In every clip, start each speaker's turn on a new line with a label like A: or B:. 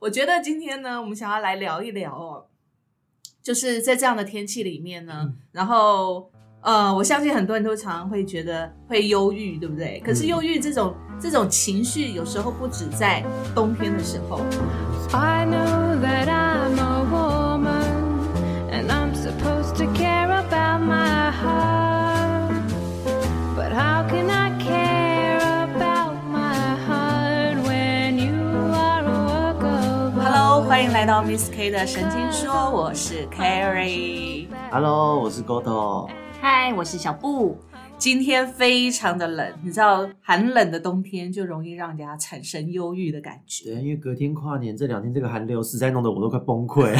A: 我觉得今天呢，我们想要来聊一聊哦，就是在这样的天气里面呢，然后呃，我相信很多人都常常会觉得会忧郁，对不对？可是忧郁这种这种情绪，有时候不止在冬天的时候，
B: I know that I'm a woman and I'm supposed to care about my heart. But how can I care about my heart when you are a work of
A: Hello，
B: art?
A: 欢迎来到 Miss K 的神经说，我是 Carrie。
C: Hello，我是 Goto。
A: 嗨，我是小布。今天非常的冷，你知道寒冷的冬天就容易让人家产生忧郁的感
C: 对，
A: 觉。
C: 因为隔天跨年这两天这个寒流实在弄得我都快崩溃。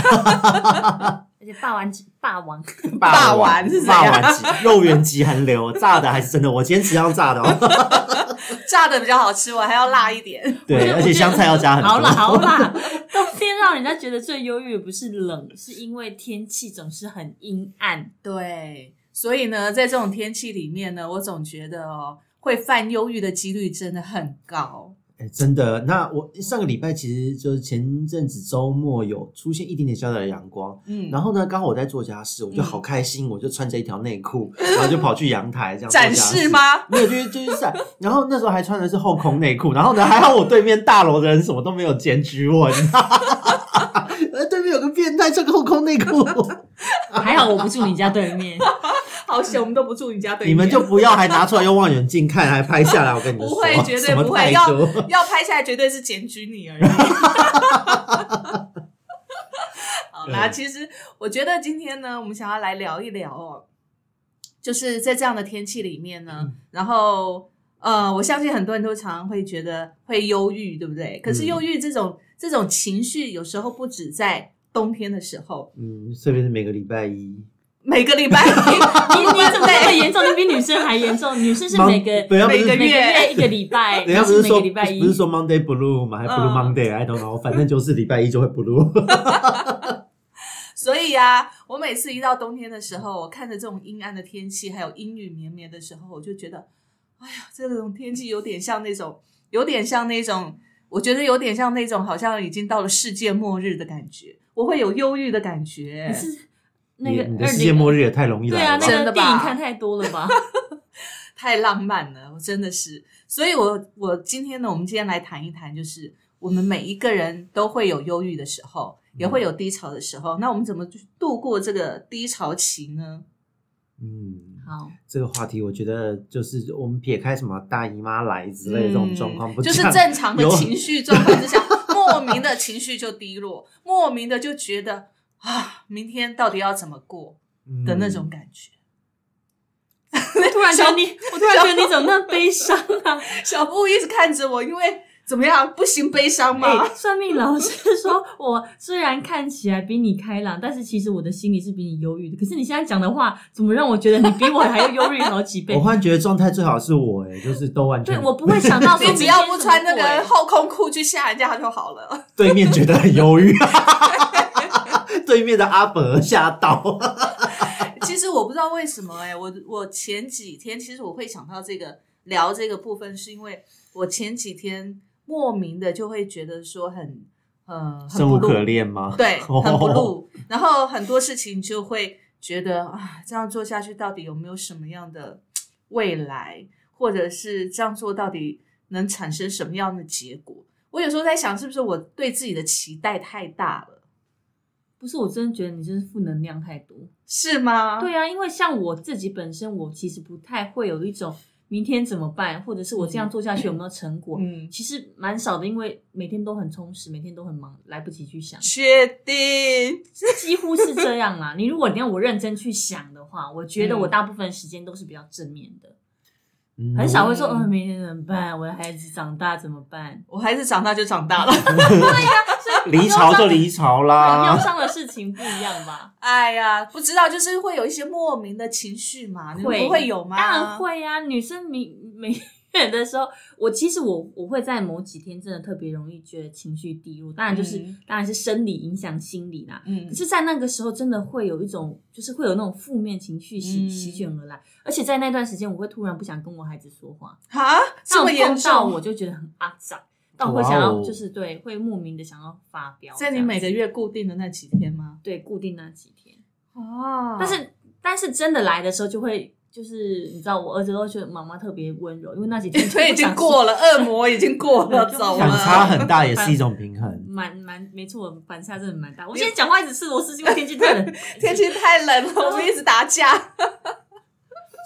D: 而且霸王霸王，
A: 霸王是怎啊
C: 霸
A: 样
C: 王级肉圆级寒流，炸的还是真的，我坚持要炸 的哦。
A: 炸的比较好吃，我还要辣一点。
C: 对，而且香菜要加 很多。
D: 好啦好啦， 冬天让人家觉得最忧郁的不是冷，是因为天气总是很阴 暗。
A: 对，所以呢，在这种天气里面呢，我总觉得哦，会犯忧郁的几率真的很高。
C: 哎真的，那我上个礼拜其实就是前阵子周末有出现一点点小小的阳光，
A: 嗯，
C: 然后呢，刚好我在做家事，我就好开心，我就穿着一条内 裤，然后就跑去阳台这样做
A: 展
C: 家
A: 示？吗？
C: 没有，就是就是晒。然后那时候还穿的是后空内裤，然后呢，还好我对面大楼的人什么都没有检举我，你知道吗？ 呃，对面有个变态穿个后空内裤，
D: 还好我不住你家对 面，
A: 好险，我们都不住你家对面。
C: 你们就不要还拿出来用望远镜看，还拍下来。我跟你们
A: 不
C: 说，
A: 会，绝对
C: 什么
A: 不
C: 态
A: 会，要
C: 度
A: 要拍下来，绝对是检举你而已。 好啦，
C: 对
A: 其实我觉得今天呢，我们想要来聊一聊哦，就是在这样的天气里面呢，然后呃，我相信很多人都常常会觉得会忧郁，对不对？可是
C: 嗯
A: 忧郁这种、这种情绪，有时候不止在冬天的时候，
C: 嗯，特别是每个礼拜 一，
A: 每个礼拜一
D: 你你怎么这么严重？你比女生还严重，女生是每个
C: 不要不
A: 每
C: 是
A: 个
D: 每个
A: 月
D: 月一个礼 拜，
C: 人家不
D: 是
C: 是
D: 每
C: 说
D: 个礼拜一
C: 不是说 Monday Blue 吗？还 Blue
A: 嗯
C: Monday，I don't know，反正就是礼拜一就会 Blue。
A: 所以呀、我每次一到冬天的时候，我看着这种阴暗的天气，还有阴雨绵绵的时候，我就觉得，哎呀，这种天气有点像那种，有点像那种，我觉得有点像那种，好像已经到了世界末日的感觉，我会有忧郁的感觉。
D: 那
C: 你
D: 个
C: 你的
D: 二
C: 世界末
D: 零。
C: 日也太容易
D: 对
C: 来
D: 啊，
C: 了吧。
D: 那
A: 真的
D: 个
A: 吧
D: 电影看太多了吧？
A: 太浪漫了，我真的是。所以我，我今天呢，我们今天来谈一谈，就是我们每一个人都会有忧郁的时候，也会有低潮的时候。那我们怎么去度过这个低潮期呢？
C: 嗯，
D: 好，
C: 这个话题，我觉得就是我们撇开什么大姨妈来之类的这种状况，
A: 嗯
C: 不
A: 就是
C: 讲
A: 正常的
C: 有
A: 情绪状况之下，莫名的情绪就低落，莫名的就觉得啊，明天到底要怎么过
C: 嗯
A: 的那种。感觉。
D: 突然觉得你，我突然觉得你怎么那么悲伤啊？
A: 小布一直看着我，因为怎么样不行，悲伤吗？
D: 哎，算命老师说，我虽然看起来比你开朗，但是其实我的心里是比你忧郁的。可是你现在讲的话，怎么让我觉得你比我还要忧郁好几
C: 嗯
D: 倍
C: 我？忽然觉得状态最好是我哎、就是都完
D: 对
C: 全
D: 我不会想到 说
A: 你只要不穿那
D: 明天
A: 个
D: 怎么过哎
A: 后空裤去吓人家就好了。
C: 对面觉得很忧郁， 对面的阿伯吓到，
A: 其实我不知道为什么哎、我我前几天其实我会想到这个聊这个部分，是因为我前几天莫名的就会觉得说很呃很
C: 生
A: 不
C: 无
A: 入
C: 可恋吗？
A: 对，很不
C: 哦
A: 入。然后很多事情就会觉得啊，这样做下去到底有没有什么样的未来，或者是这样做到底能产生什么样的结果？我有时候在想，是不是我对自己的期待太大了，
D: 不是，我真的觉得你真是负能量太多。
A: 是吗？
D: 对啊，因为像我自己本身，我其实不太会有一种明天怎么办，或者是我这样做下去有没有成果，
A: 嗯，，
D: 其实蛮少的，因为每天都很充实，每天都很忙，来不及去想
A: 确定。
D: 几乎是这 样啦。你如果你让我认真去想的话，我觉得我大部分时间都是比较正面的，
C: 嗯
D: 很少会说，
A: 嗯嗯
D: 嗯、明天怎么办？我的孩子长大怎么办？
A: 我还是长大就长大了。
C: 离巢就离巢
D: 忧
A: 啊
C: 啦。
D: 伤的事情不一样吧？
A: 哎呀，不知道，就是会有一些莫名的情绪嘛， 你们
D: 会
A: 不会有吗？
D: 当然。会啊，女生每每月的时候，我其实我我会在某几天真的特别容易觉得情绪低落，当然就是、
A: 嗯
D: 当然是生理影响心理啦。
A: 嗯
D: 可，是，在那个时候，真的会有一种，就是会有那种负面情绪
A: 嗯
D: 席席卷而来，而且在那段时间，我会突然不想跟我孩子说话，
A: 啊，这么
D: 但我
A: 严
D: 碰到
A: 重，
D: 我就觉得很肮脏。但我会想
C: 哇
D: 要
C: 哦
D: 就是对，会莫名的想要发飙。
A: 在
D: 这
A: 你
D: 样
A: 每
D: 子
A: 个月固定的那几天 吗？
D: 对固定那几天，
A: 哦
D: 但是但是真的来的时候就会。就是你知道，我儿子都觉得妈妈特别温柔，因为那几天就不
A: 对，已经
D: 想
A: 过了，恶魔已经过了，走
D: 对
C: 反
D: 就不
C: 差
A: 了。
C: 很大也是一种平 衡。
D: 蛮蛮没错，反差真的蛮大。我现在讲话一直吃螺丝，是因为天气太 冷。
A: 天气太冷了，我们一直打架。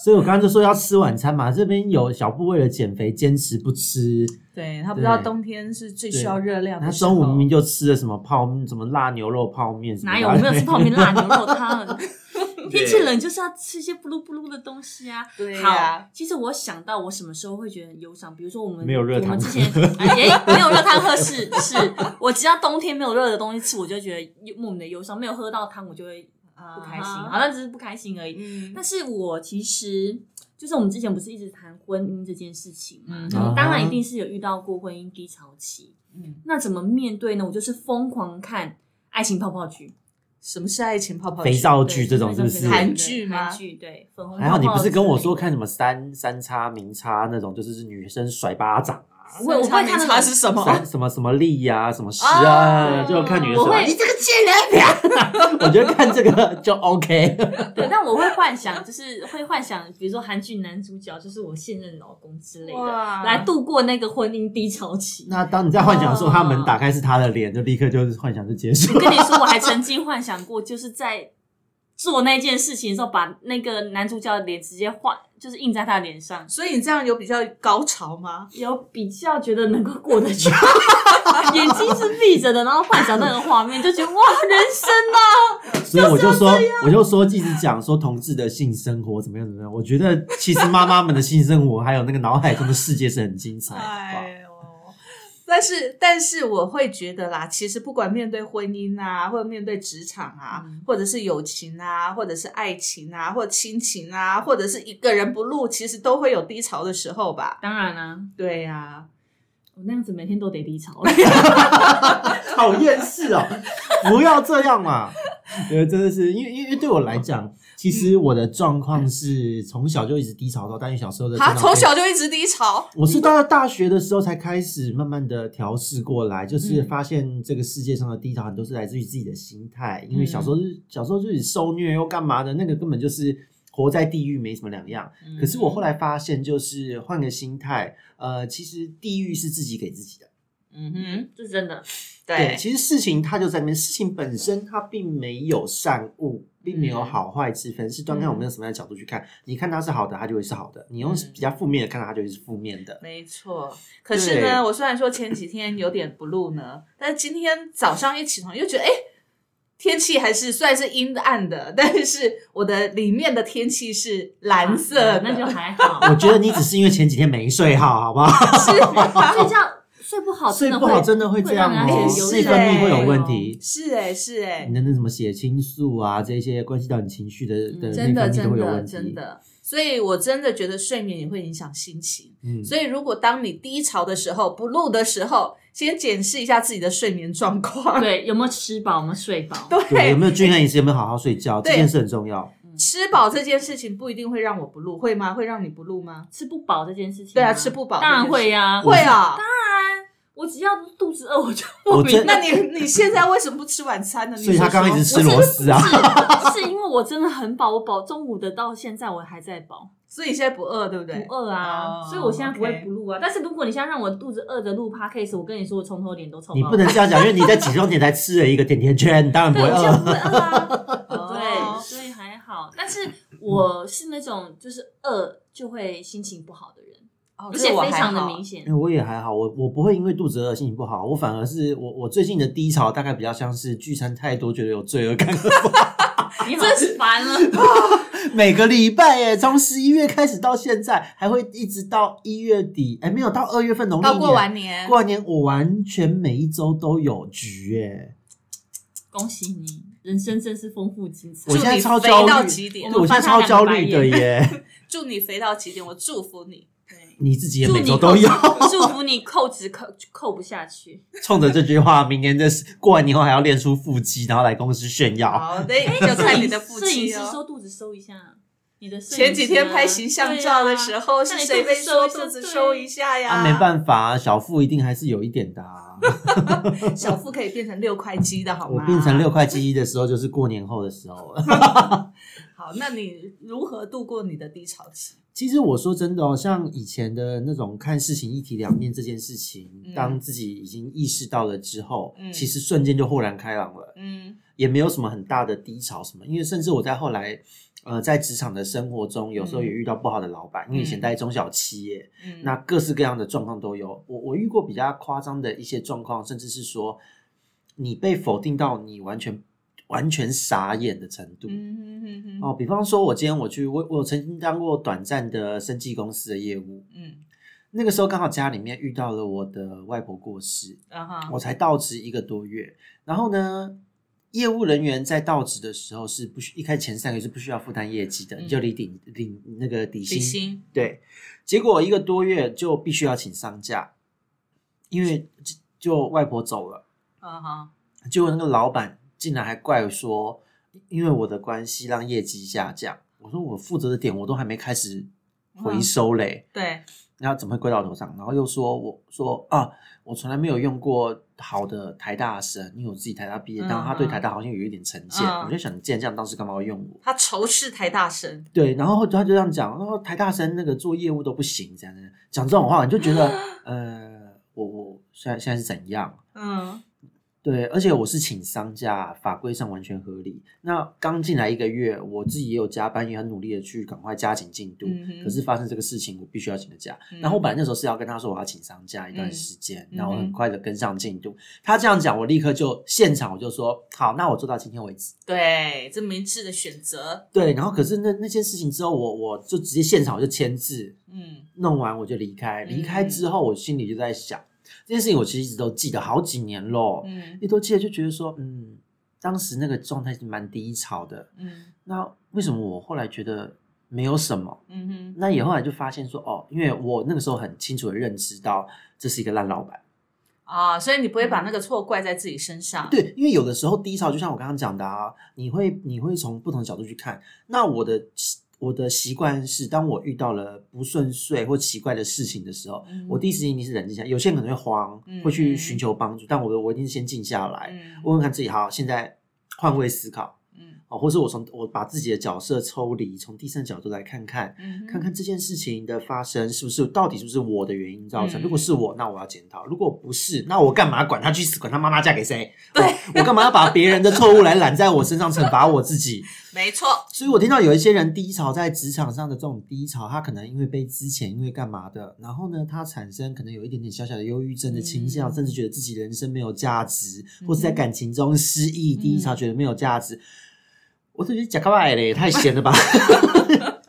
C: 所以我刚刚就说要吃晚餐嘛，这边有小布为了减肥坚持不吃，
A: 对他不知道
C: 对
A: 冬天是最需要热量的
C: 他
A: 时候。
C: 中午明明就吃了什么泡面，什么辣牛肉泡面，什么
D: 哪有？
C: 辣
D: 我没 有吃
C: 妹
D: 泡面辣牛肉 汤。天气冷就是要吃一些不噜不噜的东西啊。
A: 对
D: 好
A: 呀，，
D: 其实我想到我什么时候会觉得很忧伤，比如说我们
C: 没有热汤
D: 我们 之前哎、没有热汤喝是是，我只要冬天没有热的东西吃，我就觉得忧莫名的忧伤；没有喝到汤，我就会
A: 啊
D: 不开心，好像只是不开心而已。
A: 嗯
D: 但是我其实就是我们之前不是一直谈婚姻这件事情嘛，
A: 嗯
D: 然后当
C: 啊
D: 然
C: 哈
D: 一定是有遇到过婚姻低潮期，
A: 嗯，
D: 那怎么面对呢？我就是疯狂看爱情泡泡剧，
A: 什么是爱情泡泡
C: 肥
A: 剧？
C: 皂
D: 对
C: 哦剧这种是不是
D: 那？
A: 韩
D: 对
A: 剧吗
D: 韩剧对，粉红泡
C: 还
D: 泡。
C: 好你不是跟我说看什么三三叉明叉那种，就是女生甩巴 掌啊，
D: 我会我会看那
A: 它
D: 种
A: 是什么？
C: 三什么什么力呀、什么石啊，
D: 哦
C: 就看女生
D: 我
C: 甩。
D: 会
C: 你这
A: 啊
C: 个贱人！我觉得看这个就 OK。
D: 对，但我会幻想，就是会幻想，比如说韩剧男主角就是我现任老公之类的，
A: 哇
D: 来度过那个婚姻低潮期。
C: 那当你在幻想的时候，他门打开是他的脸，就立刻就是幻想就结束
D: 我。哦跟你说，我还曾经幻想过，就是在做那件事情的时候，把那个男主角的脸直接画，就是印在他的脸上，
A: 所以你这样有比较高潮吗？
D: 有比较觉得能够过得去， 眼睛是闭着的，然后幻想那个画面，就觉得哇，人生啊，
C: 所以我就说，我就说一直讲说同志的性生活怎么样怎么样。我觉得其实妈妈们的性生活还有那个脑海中的世界是很精彩的。好不好
A: 哎呦！ 但是，但是我会觉得啦，其实不管面对婚姻啊，或者面对职场啊，
D: 嗯
A: 或者是友情啊，或者是爱情啊，或者亲情啊，或者是一个人不录，其实都会有低潮的时候吧。
D: 当然啊啦、
A: 对呀、
D: 我那样子每天都得低潮了。
C: 讨厌是哦，不要这样嘛。 呃，真的是，因为因为因为对我来讲，其实我的状况是从小就一直低潮到大学小时候的
A: 啊，他
C: 成长
A: 从
C: 背景
A: 小就一直低潮，
C: 我是到了大学的时候才开始慢慢的调试过来，
A: 嗯
C: 就是发现这个世界上的低潮很多是来自于自己的心态，因为小时候
A: 嗯
C: 是小时候就是受虐又干嘛的，那个根本就是活在地狱没什么两样。
A: 嗯
C: 可是我后
A: 来，
C: 来发现，就是换个心态，呃，其实地狱是自己给自己的。
A: 嗯哼，
D: 这是真的，
A: 对，
C: 其实事情它就在那边，事情本身它并没有善恶，并没
A: 嗯
C: 有好坏之分，是端看我们用什么样的角度去看。你看它是好的，它就会是好的；你用
A: 嗯
C: 比较负面的看它，它就会是负面的。
A: 没错。可是
C: 对
A: 呢，我虽然说前几天有点不录呢，但是今天早上一起床又觉得，哎，天气还是虽然是阴暗的，但是我的里面的天气是蓝色的，
C: 啊
D: 啊那就还好。
C: 我觉得你只是因为前几天没睡好，好不好？
D: 睡觉睡不
A: 哦
D: 好，
C: 睡
D: 真的
C: 不
D: 会
C: 好真的会这样
D: 会让
C: 哦，
A: 有
D: 人觉得
C: 内
A: 是
C: 分泌会
A: 欸
C: 有问题。
A: 是哎、是哎、
C: 你的那什么血清素啊，这些关系到你情绪的的
D: 嗯
C: 内
A: 真的
C: 分泌都
A: 真
C: 会有
A: 的
C: 问题。
A: 真，的。所以我真的觉得睡眠也会影响心情。
C: 嗯，
A: 所以如果当你低潮的时候、不录的时候，先检视一下自己的睡眠状况。
D: 对，有没有吃饱，有没有睡饱？
C: 对，有没有 均衡饮食，有没有好好睡觉，这
A: 对
C: 件事很重要。
A: 吃饱这件事情不一定会让我不录，会吗？会让你不录吗？
D: 吃不饱这件事情吗，
A: 对啊吃不饱
D: 当然会呀、
A: 会啊。
D: 我只要肚子饿，我就莫
C: 我
D: 名
C: 真
A: 那你你现在为什么不吃晚餐呢？
C: 所以他
A: 你说
C: 刚刚一
A: 说，
C: 直吃螺 丝啊。
D: 是是因为我真的很饱，我饱中午的到现在我还在饱，
A: 所以你现在不饿，对不对？
D: 不饿啊，
A: 哦
D: 所以我现在不会
A: OK
D: 不录啊。但是如果你现在让我肚子饿着录 podcast，我跟你说，我从头脸都臭爆。
C: 你不能这样讲，因为你在起床前才吃了一个甜甜圈，你当然不
D: 对，
C: 会呃
D: 我现在
C: 饿。
D: 不会饿啊。 对，
A: 哦，
D: 所以还好。但是我是那种就是饿就会心情不好的人，
A: 哦
D: 而且非常的明
A: 显。
D: 显
C: 哎、。我也还好，我我不会因为肚子饿心情不好，我反而是我我最近的低潮大概比较像是聚餐太多，觉得有罪恶感。
D: 你好烦了。
C: 每个礼拜耶，从十一月开始到现在，还会一直到一月底，哎、没有到二月份农历
A: 到
C: 年
A: 过完年，
C: 过完年，我完全每一周都有局哎耶。
D: 恭喜你，人生真是丰富精彩
C: 我。现在超
A: 肥
C: 焦
A: 到
C: 虑
A: 极点
C: 对我现在超焦虑的耶，
A: 祝你肥到极点，我祝福你。
D: 对
C: 你自己也
D: 祝
C: 每
D: 你
C: 周都有。
D: 扣祝福你扣值扣扣不下去。
C: 冲着这句话，明年的过完年后还要练出腹肌，然后来公司炫耀。
A: 好的，就看你的腹
D: 哎摄影
A: 肌
D: 师
A: 哦。
D: 收肚子收一下，你的摄影师啊
A: 前几天拍形象照的时候，
D: 对啊
A: 是谁被说
D: 那你
A: 肚
D: 肚
A: 子
D: 子
A: 收
D: 收一下
A: 一下呀？
C: 啊，没办法、小腹一定还是有一点的、啊。
A: 法，小腹可以变成六块肌的好
C: 我
A: 吗？
C: 变成六。块肌一的时候，就是过年后的时候 了。
A: 好，那你如何度过你的低潮期？
C: 其实我说真的哦，像以前的那种看事情一体两面这件事情，
A: 嗯
C: 当自己已经意识到了之后，
A: 嗯
C: 其实瞬间就豁然开朗了，
A: 嗯
C: 也没有什么很大的低潮什么。因为甚至我在后来，呃，在职场的生活中，有时候也遇到不好的老板，因为以前在中小企业，
A: 嗯，
C: 那各式各样的状况都有。我我遇过比较夸张的一些状况，甚至是说你被否定到你完全完全傻眼的程度。
A: 嗯嗯嗯
C: 哦，比方说，我今天我去，我我曾经当过短暂的生技公司的业务，
A: 嗯
C: 那个时候刚好家里面遇到了我的外婆过世，
A: 啊哈
C: 我才到职一个多月，然后呢。业务人员在到职的时候是不需一开始前三个月是不需要负担业绩的，
A: 嗯
C: 你就领顶领那个底薪
A: 底薪
C: 对，结果一个多月就必须要请丧假，因为就就外婆走了，
A: 啊哈
C: 结果那个老板竟然还怪说，因为我的关系让业绩下降。我说我负责的点我都还没开始回收嘞，
A: 嗯对
C: 然后怎么会归到我头上？然后又说我说啊，我从来没有用过好的台大生，因为我自己台大毕业，
A: 嗯
C: 但他对
A: 嗯
C: 台大好像有一点成见，
A: 嗯
C: 我就想，你既然这样，当时干嘛要用我？
A: 他仇视台大神，
C: 对，然后他就这样讲，然后台大生那个做业务都不行，这样这样讲这种话，你就觉得呃，我我现在现在是怎样？
A: 嗯
C: 对，而且我是请丧假，法规上完全合理。那刚进来一个月，我自己也有加班，也很努力的去赶快加紧进度。
A: 嗯哼
C: 可是发生这个事情，我必须要请个假。
A: 嗯
C: 然后我本来那时候是要跟他说我要请丧假一段时间，
A: 嗯
C: 然后我
A: 嗯
C: 很
A: 哼
C: 快的跟上进度。他这样讲，我立刻就现场我就说好，那我做到今天为止。
A: 对，这明智的选择，
C: 对，然后可是那那件事情之后，我我就直接现场我就签字，
A: 嗯
C: 弄完我就离开。
A: 嗯
C: 离开之后，我心里就在想，这件事情我其实一直都记得好几年咯，
A: 嗯
C: 一直都记得，就觉得说，嗯，当时那个状态是蛮低潮的。
A: 嗯
C: 那为什么我后来觉得没有什么？
A: 嗯哼，
C: 那也后来就发现说，哦，因为我那个时候很清楚的认知到这是一个烂老板。
A: 啊，所以你不会把那个错怪在自己身上，
C: 嗯对，因为有的时候低潮，就像我刚刚讲的啊，你会你会从不同的角度去看。那我的习我的习惯是，当我遇到了不顺遂或奇怪的事情的时候，
A: 嗯
C: 我第一时间一定是冷静下来。有些人可能会慌
A: 嗯，
C: 会
A: 嗯
C: 去寻求帮助，但我我一定先静下来，
A: 嗯
C: 问问看自己，好，现在换位思考。
A: 嗯
C: 哦，或是我从我把自己的角色抽离，从第三角度来看看，
A: 嗯哼，
C: 看看这件事情的发生是不是到底是不是我的原因造成？
A: 嗯
C: 如果是我，那我要检讨；如果不是，那我干嘛管他去死？管他妈妈嫁给谁？
A: 对
C: 哦我干嘛要把别人的错误来揽在我身上，惩罚我自己？
A: 没错，
C: 所以我听到有一些人低潮在职场上的这种低潮，他可能因为被之前因为干嘛的，然后呢，他产生可能有一点点小小的忧郁症的倾向，
A: 嗯
C: 甚至觉得自己人生没有价值，
A: 嗯
C: 或是在感情中失意、低潮，觉得没有价值。我都觉得假怪嘞，太闲 了吧？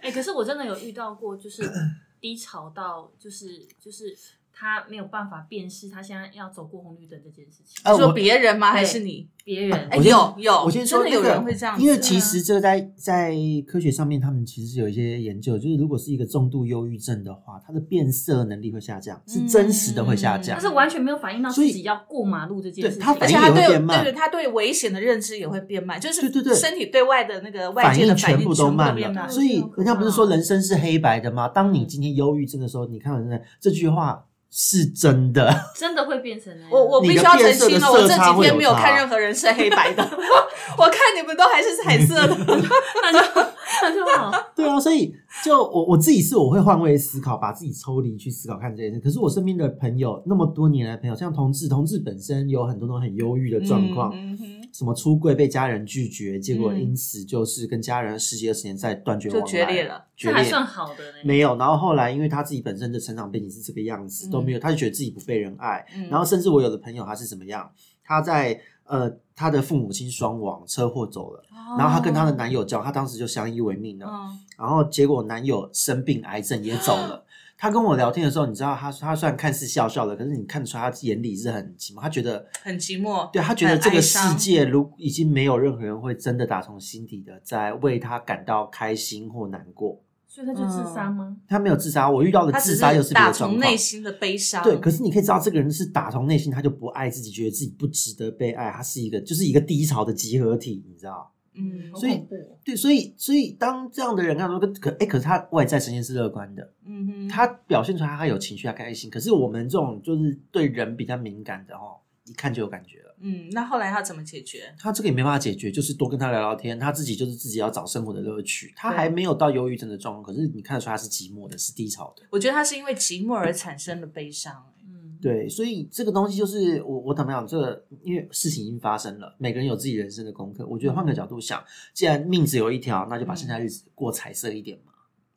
D: 哎、可是我真的有遇到过，就是 低潮到就是就是他没有办法辨识他现在要走过红绿灯这件事情。
C: 呃
A: 说
C: 我
A: 别人吗？还
D: 对
A: 是你？
D: 别人
A: 哎，
C: 我先
A: 有有，
C: 我先说
A: 真
C: 那
A: 的有
C: 个
A: 人会这样子，嗯
C: 因为其实这个在在科学上面，他们其实有一些研究，就是如果是一个重度忧郁症的话，它的变色能力会下降，是真实的会下
A: 嗯
C: 降
D: 他。是完全没有反映到自
C: 所以
D: 己要过马路这件事情。
C: 对他
A: 而
C: 反
A: 且
C: 应
A: 他
C: 也会
A: 对
C: 变慢
A: 对他对危险的认知也会变慢，就是
C: 对对对
A: 身体对外的那个外
C: 反
A: 界
C: 应
A: 的反应
C: 全部都慢
A: 变
C: 了，
A: 慢。啊
C: 所以人家不是说人生是黑白的吗？当你
A: 嗯
C: 今天忧郁症的时候，你看到人家这句话是真的，
D: 真的会变成那样。
A: 我我必
C: 你的
A: 须要澄
C: 变色的
A: 清了，
C: 色
A: 我这
C: 差
A: 几
C: 会
A: 天
C: 有
A: 没有
C: 差
A: 看任何人是黑白的， 我看你们都还是彩色 的。
D: 那就那就好。
C: 对啊，所以就我我自己是我会换位思考，把自己抽离去思考看这件事。可是我身边的朋友那么多年来的朋友，像同志，同志本身有很多那种很忧郁的状况，
A: 嗯哼
C: 什么出柜被家人拒绝，结果
A: 嗯
C: 因此就是跟家人十几二十年再断绝往
A: 就
C: 来，
A: 决裂，了。
C: 决
D: 这还
C: 裂。
D: 算好的呢。
C: 没有，然后后来因为他自己本身的成长背景是这个样子，
A: 嗯
C: 都没有，他就觉得自己不被人爱。
A: 嗯
C: 然后甚至我有的朋友他是怎么样，他在呃他的父母亲双亡，车祸走了，然后他跟他的男友交，他当时就相依为命了。
A: 哦嗯
C: 然后结果男友生病癌症也 走了。他跟我聊天的时候，你知道他他虽然看似笑笑的，可是你看出他眼里是很寂寞，他觉得
A: 很寂寞，
C: 对他觉得
A: 哦
C: 这
A: 很哀
C: 个世
A: 伤
C: 界如已经没有任何人会真的打从心底的在为他感到开心或难过。
D: 所以他就自杀
A: 嗯
D: 吗？
C: 他没有自杀，我遇到的
A: 他
C: 自
A: 只
C: 杀又是
A: 是
C: 别
A: 打
C: 的状
A: 从
C: 况。
A: 内心的悲伤。
C: 对，可是你可以知道，这个人是打从内心，他就不爱自己，觉得自己不值得被爱，他是一个就是一个低潮的集合体，你知道？
A: 嗯
D: 好
C: 所以
D: 恐怖哦
C: 对，所以所以当这样的人看说，可哎、可是他外在呈现是乐观的，
A: 嗯哼，
C: 他表现出来他有情绪，他开心。可是我们这种就是对人比较敏感的哦，一看就有感觉了。
A: 嗯，那后来他怎么解决？
C: 他这个也没办法解决，就是多跟他聊聊天，他自己就是自己要找生活的乐趣。他
A: 对
C: 还没有到忧郁症的状况，可是你看得出他是寂寞的，是低潮的。
A: 我觉得他是因为寂寞而产生的悲伤、欸
D: 嗯，
C: 对，所以这个东西就是我我坦白讲，这个因为事情已经发生了，每个人有自己人生的功课。我觉得
A: 嗯
C: 换个角度想，既然命只有一条，那就把剩下的日子过彩色一点嘛。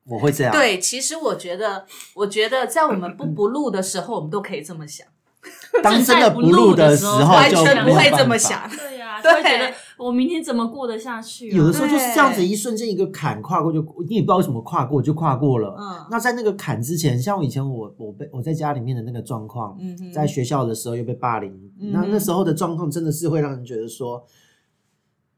C: 我会这样，，
A: 对，其实我觉得，我觉得在我们 不不录的时候，我们都可以这么想，
C: 当真的
D: 正在不
C: 录
D: 录的
C: 时
D: 时
C: 候
D: 候
C: 哦就
A: 完全
C: 没
A: 不
C: 有
A: 会这
C: 办
A: 么
C: 法。
A: 想。
D: 对呀、
A: 对
D: 就会觉得我明天怎么过得下去、啊？
C: 有的时候就是这样子，
A: 对
C: 一瞬间一个坎跨过就，你也不知道为什么跨过就跨过了。
A: 嗯
C: 那在那个坎之前，像我以前我我被我在家里面的那个状况，
A: 嗯哼，
C: 在学校的时候又被霸凌，
A: 嗯
C: 那那时候的状况真的是会让人觉得说，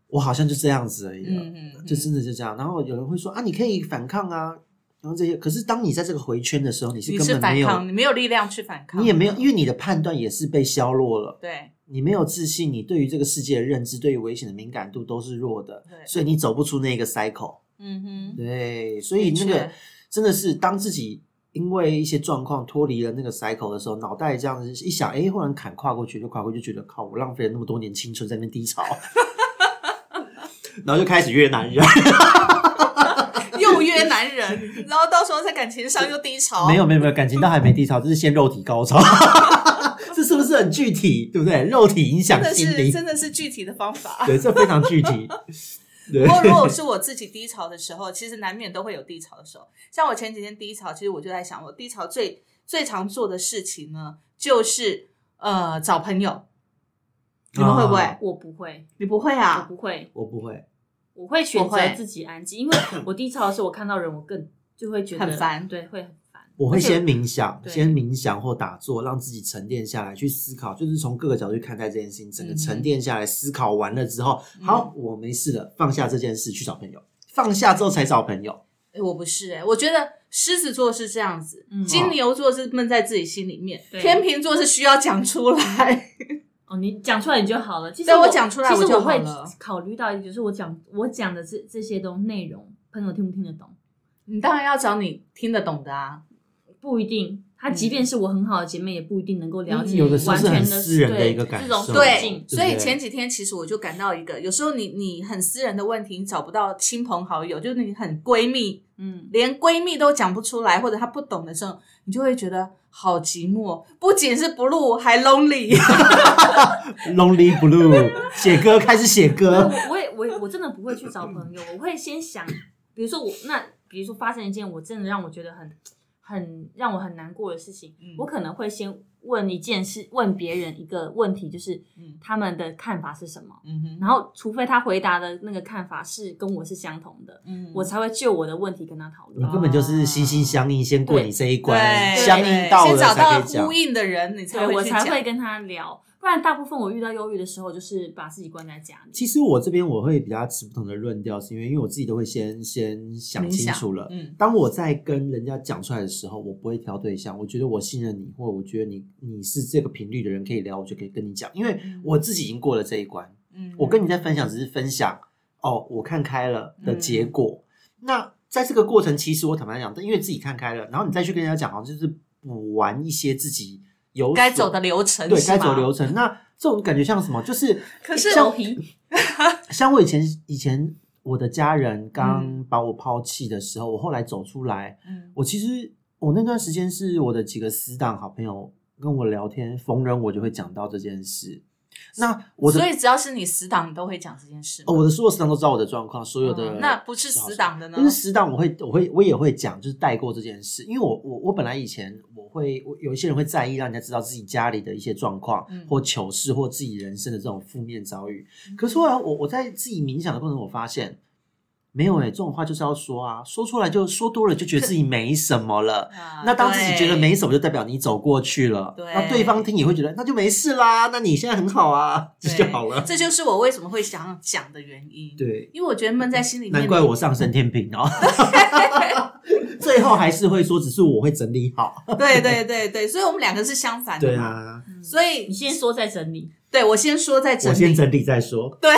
C: 我好像就这样子而已了，
A: 嗯嗯，
C: 就真的就这样。然后有人会说啊，你可以反抗啊，然后这些。可是当你在这个回圈的时候，你是
A: 你
C: 根
A: 是
C: 本没
A: 反
C: 有，
A: 抗，你没有力量去反抗，
C: 你也没有，因为你的判断也是被削弱了。
A: 对
C: 你没有自信，你对于这个世界的认知，对于危险的敏感度都是弱的，
A: 对
C: 所以你走不出那个 cycle。
A: 嗯哼，
C: 对，所以那个
A: 的确
C: 真的是当自己因为一些状况脱离了那个 cycle 的时候，脑袋这样子一想，哎，忽然砍跨过去就跨过去，就觉得靠，我浪费了那么多年青春在那边低潮， 然后就开始越南人，嗯
A: 又约男人，然后到时候在感情上又低潮，
C: 没有没有没有，感情倒还没 低潮，这是先肉体高潮， 这是不是很具体？对不对？肉体影响
A: 真的
C: 心
A: 是
C: 灵，
A: 真的是具体的方法。
C: 对，这非常具体。对
A: 不，过如果是我自己低潮的时候，其实难免都会有低潮的时候。像我前几天低潮，其实我就在想，我低潮最最常做的事情呢，就是呃找朋友。你们会不会？
C: 啊
D: 我不会，
A: 你不会
D: 我
A: 啊？
D: 不会，
C: 我不会。
D: 我会选
A: 我会
D: 择自己安静，因为 我低潮的时候，我看到人，我更就会觉得
A: 很烦
D: 对，会很烦。
C: 我会
D: 而且
C: 先冥想，
D: 对
C: 先冥想或打坐，让自己沉淀下来，去思考，就是从各个角度去看待这件事情，整个
A: 嗯哼
C: 沉淀下来，思考完了之后，
A: 嗯
C: 好，我没事了，放下这件事，去找朋友，放下之后才找朋友。
A: 诶我不是哎、我觉得狮子座是这样子，
D: 嗯
A: 金牛座是闷在自己心里面，
D: 对
A: 天秤座是需要讲出来。
D: 哦，你讲出来你就好了。其实
A: 对我讲出来
D: 其
A: 我
D: 实
A: 就
D: 我会
A: 好了
D: 考虑到一点，就是我讲我讲的这这些东内容，朋友听不听得懂
A: 你当然要找你听得懂的啊。
D: 不一定。他即便是我很好的姐妹，也不一定能够了
A: 嗯
D: 解
A: 有的时候
D: 完
A: 是
D: 全
C: 很
D: 的
C: 私人的
D: 对
C: 一个感
D: 这种
C: 受
D: 途
C: 对
D: 径。
A: 所
C: 对
A: 以
C: 不对
A: 前几天其实我就感到一个，有时候你你很私人的问题，你找不到亲朋好友，就是你很闺蜜，
D: 嗯，
A: 连闺蜜都讲不出来，或者她不懂的时候，你就会觉得好寂寞，不仅是不录，还 lonely。
C: Lonely Blue，写歌开始写歌，
D: 我我也我也我真的不会去找朋友，我会先想，比如说我那，比如说发生一件我真的让我觉得很很让我很难过的事情，
A: 嗯
D: 我可能会先问一件事，问别人一个问题，就是
A: 嗯
D: 他们的看法是什么。
A: 嗯哼，
D: 然后，除非他回答的那个看法是跟我是相同的，
A: 嗯
D: 我才会就我的问题跟他讨
C: 你
D: 论。
C: 根本就是心心相印，先过
D: 对
C: 你这一关，
A: 对
C: 相应到
A: 先
C: 了
A: 找
C: 才
A: 到
C: 可以讲
A: 呼。应的人，你 才
D: 对
A: 会
D: 我
A: 去
D: 才
A: 讲
D: 会跟他聊，不然大部分我遇到忧郁的时候，就是把自己关在家里。
C: 其实我这边我会比较持不同的论调，是因为因为我自己都会先先想
A: 冥
C: 清
A: 想
C: 楚了，
A: 嗯
C: 当我在跟人家讲出来的时候，我不会挑对象。我觉得我信任你，或者我觉得你你是这个频率的人，可以聊，我就可以跟你讲。因为我自己已经过了这一关，
A: 嗯，
C: 我跟你在分享只是分享哦，我看开了的
A: 嗯
C: 结果。那在这个过程，其实我坦白讲，因为自己看开了，然后你再去跟人家讲，好像就是补完一些自己有
A: 该
C: 所
A: 走的流程，
C: 对
A: 是
C: 该
A: 吗
C: 走流。程。那这种感觉像什么？就是
A: 可是
C: 像
D: 头皮，
C: 像我以前以前我的家人刚把我抛弃的时候，我后来走出来。
A: 嗯
C: 我其实我那段时间是我的几个死党好朋友跟我聊天，逢人我就会讲到这件事。那我的
A: 所以只要是你死党，你都会讲这件事吗。嗯
C: 哦我的所有死党都知道我的状况，所有的、
A: 那不是死党的呢
C: 但？是死党我会我会我也会讲，就是代购这件事，因为我我我本来以前我会我有一些人会在意，让人家知道自己家里的一些状况、
A: 嗯
C: 或糗事或自己人生的这种负面遭遇。可是后来我我在自己冥想的过程中，我发现没有哎、这种话就是要说啊，说出来就说多了就觉得自己没什么了。
A: 啊
C: 那当自己觉得没
A: 对
C: 什么，就代表你走过去了。
A: 对
C: 那对方听也会觉得那就没事啦，那你现在很好啊，这
A: 对
C: 就好了。
A: 这就是我为什么会想讲的原因。，
C: 对，
A: 因为我觉得闷在心里面，
C: 难怪我上升天平哦。最后还是会说，只是我会整理好。
A: 对对对对，所以我们两个是相反的。，
C: 啊，
A: 所
D: 你
A: 以
D: 先说再整理。
A: 对我先说再整
C: 我
A: 理，
C: 先整理再说。
A: 对，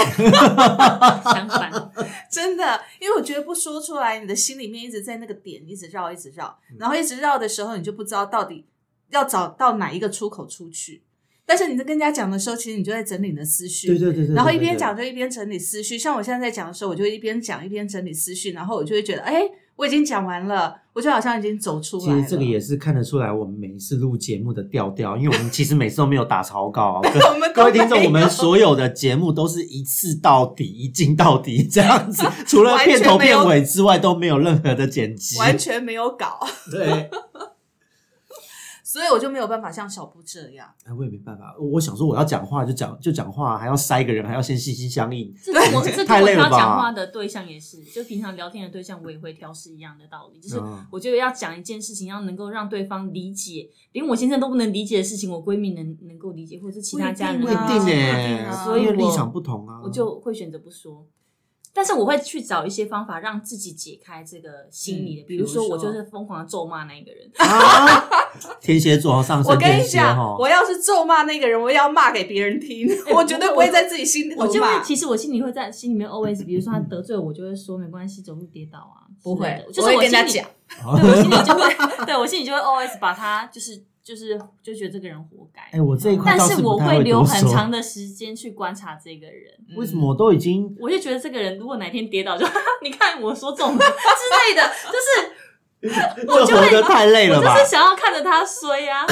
D: 相反，
A: 真的，因为我觉得不说出来，你的心里面一直在那个点一直绕，一直绕，
C: 嗯
A: 然后一直绕的时候，你就不知道到底要找到哪一个出口出去。但是你在跟人家讲的时候，其实你就在整理你的思绪，
C: 对对对对。
A: 然后
C: 对
A: 一边，
C: 对
A: 讲就一边整理思绪。像我现在在讲的时候，我就一边讲一边整理思绪，然后我就会觉得，哎，我已经讲完了，我就好像已经走出
C: 对
A: 来
C: 其
A: 了。
C: 实这个也是看得出来我们每一次录节目的调调，因为我们其实每次都没有打草稿。啊 各
A: 我们都
C: 各位听众，
A: 没有
C: 我们所有的节目都是一次到底、一镜到底这样 子，除了
A: 完全
C: 片头
A: 没有
C: 片尾之外都没有任何的剪辑。
A: 完全没有搞，
C: 对，
A: 所以我就没有办法像小布这样。
C: 哎，我也没办法，我我想说我要讲话就讲就讲话，还要塞一个人，还要先心心相印。
D: 这跟我
C: 对
D: 这
C: 太
D: 跟我
C: 累了
D: 挑
C: 吧
D: 讲话的对象也是，就平常聊天的对象，我也会挑是一样的道理，就是
C: 嗯
D: 我觉得要讲一件事情，要能够让对方理解，连我先生都不能理解的事情，我闺蜜能能够理解，或是其他家人啊
A: 不
C: 不
A: 一啊
C: 一
D: 能够理
C: 定
D: 解
A: 呢
C: 哎、
A: 所以
C: 因为
D: 我
C: 立场不同啊。
D: 我就会选择不说。但是我会去找一些方法让自己解开这个心理的，
A: 嗯
D: 比
A: 比
D: 如
A: 如
D: 说
A: 说
D: 我就是疯狂的咒骂那一个人，
C: 啊，天蝎座上
A: 我
C: 升
A: 跟
C: 天
A: 你
C: 蝎
A: 讲，
C: 啊哈
A: 我，要是咒骂那个人，我也要骂给别人听，
D: 哎
A: 我绝对
D: 我
A: 不会在自己心里头
D: 我就会
A: 骂。嗯
D: 其实我心里会在心里面 always，比如说他得罪我，我就会说没关系，走路跌倒啊，
A: 不
D: 之类
A: 会
D: 的，就是
A: 我会跟
D: 心
A: 他
D: 里
A: 讲。
D: 对我心里就会，对我心里就会 always 把他就是就是就觉得这个人活该。
C: 哎、我这一块
D: 但
C: 倒
D: 是
C: 不
D: 我
C: 太会
D: 留
C: 多
D: 很
C: 说。
D: 长的时间去观察这个人，
C: 为什么我都已经
D: 我就觉得这个人如果哪天跌倒就，哈 哈，你看我说中了之类的，就是
C: 这
D: 就会
C: 活得太 累
D: 我
C: 了吧
D: 就？是想要看着他衰啊。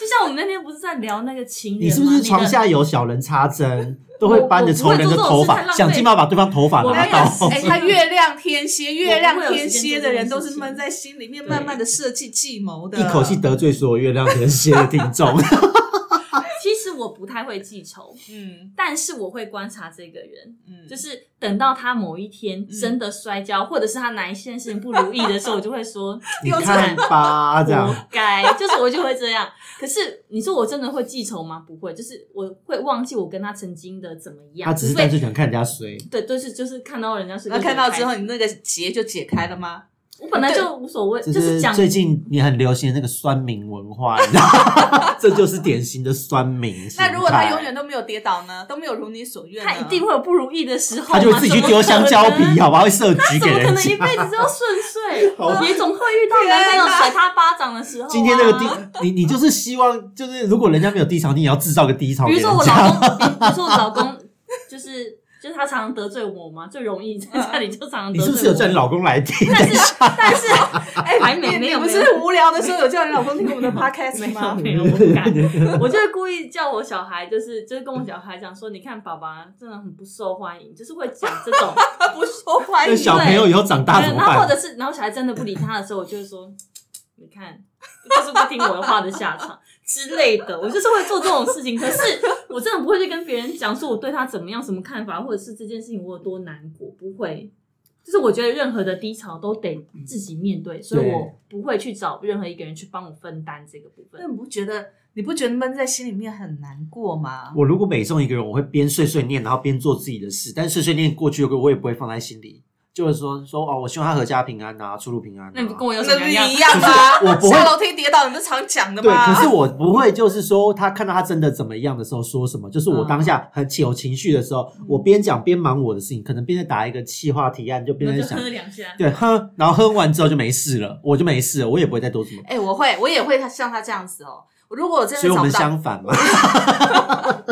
D: 就像我们那天不是在聊那个情人吗，
C: 你是不是
D: 的
C: 床？下有小人插 针，都会扳着仇人的
D: 我
C: 头
D: 我不会做这种事太
C: 发，
D: 浪费
C: 想尽办法把对方头发
D: 我
A: 哎
C: 拿
D: 没有
A: 呀
C: 到？
A: 哎，他月亮天蝎，月亮天蝎的人
D: 我
A: 都
D: 不会
A: 是
D: 有时间做这件事情
A: 闷在心里面，慢慢的设计计谋的。
C: 一口气，得罪所有月亮天蝎的听 众。
D: 其实我不太会记仇，
A: 嗯
D: 但是我会观察这个人，
A: 嗯，
D: 就是是等到他某一天真的摔跤，或者是他哪一件事情不如意的时候，我就会说
C: 你看吧，这样
D: 活该，就是我就会这样。 可是你说我真的会记仇吗？不会，就是我会忘记我跟他曾经的怎么样。
C: 他只是
D: 除非
C: 单纯想看人家衰。
D: 对，就是就是看到人家是，
A: 那看到之后，，你那个结就解开了吗？
D: 我本来就无所谓，
C: 这
D: 就是讲
C: 最近也很流行的那个酸民文化，你知道吗 这就是典型的酸民心态。
A: 那如果他永远都没有跌倒呢？都没有如你所愿呢，
D: 他一定会有不如意的时候嘛，
C: 他就会自己去丢香蕉皮，好吧？会设局
D: 怎么
C: 给
D: 可
C: 人
D: 能。他怎么可能一
C: 家。
D: 辈子都顺 遂？
C: 好吧
D: 也总会遇到男朋友甩他巴掌的时候、啊。
C: 今天那个低，你你就是希望，就是如果人家没有低潮，你也要制造个低潮
D: 比
C: 给
D: 如
C: 人
D: 说我
C: 家。
D: 老公，比比如说我老公，就是就是他常常得罪我嘛，最容易在家里就常常
C: 你
D: 得
C: 是
D: 罪我。
C: 不是有叫你老公来听？
D: 但是但是
A: 哎，
D: 还没
A: 你
D: 没有
A: 你不
D: 没有
A: 是无聊的时候有叫你老公听我 们的 podcast
D: 没有
A: 吗？
D: 没有，我不敢。我就会故意叫我小孩，就是就是跟我小孩讲说，你看爸爸真的很不受欢迎，就是会讲这种。
A: 他不受欢
C: 那
A: 迎，
C: 小朋友以后长大怎么
D: 然后或
C: 办？
D: 者是然后小孩真的不理他的时候，我就会说，你看，就是不听我的话的下场之类的。我就是会做这种事情，可是我真的不会去跟别人讲说我对他怎么样、什么看法，或者是这件事情我有多难过，不会。就是我觉得任何的低潮都得自己面对，所以
C: 对
D: 我不会去找任何一个人去帮我分担这个部分
A: 那。你不觉得你不觉得闷在心里面很难过吗？
C: 我如果每送一个人，我会边碎碎念，然后边做自己的事。但是碎碎念过去，我也不会放在心里，就是说说哦，我希望他阖家平安啊，出入平安、啊。
D: 那你跟我有什
A: 那
D: 么
A: 不一
D: 样？
A: 样吗？
C: 可是我不会
A: 下楼梯跌倒，你不是常讲的
C: 对，
A: 吗？
C: 可是我不会，就是说他看到他真的怎么样的时候说什么，就是我当下很有情绪的时候，我边讲边忙我的事情，可能边在打一个气化提案，就边
D: 那
C: 在
D: 就
C: 想
D: 喝，两下。
C: 对，哼，然后哼完之后就没事了，我就没事了，我也不会再多什么。
A: 哎、我会，我也会像他这样子哦。我如果我真
C: 所
A: 的
C: 以我
A: 找不
C: 们
A: 到，
C: 相反嘛，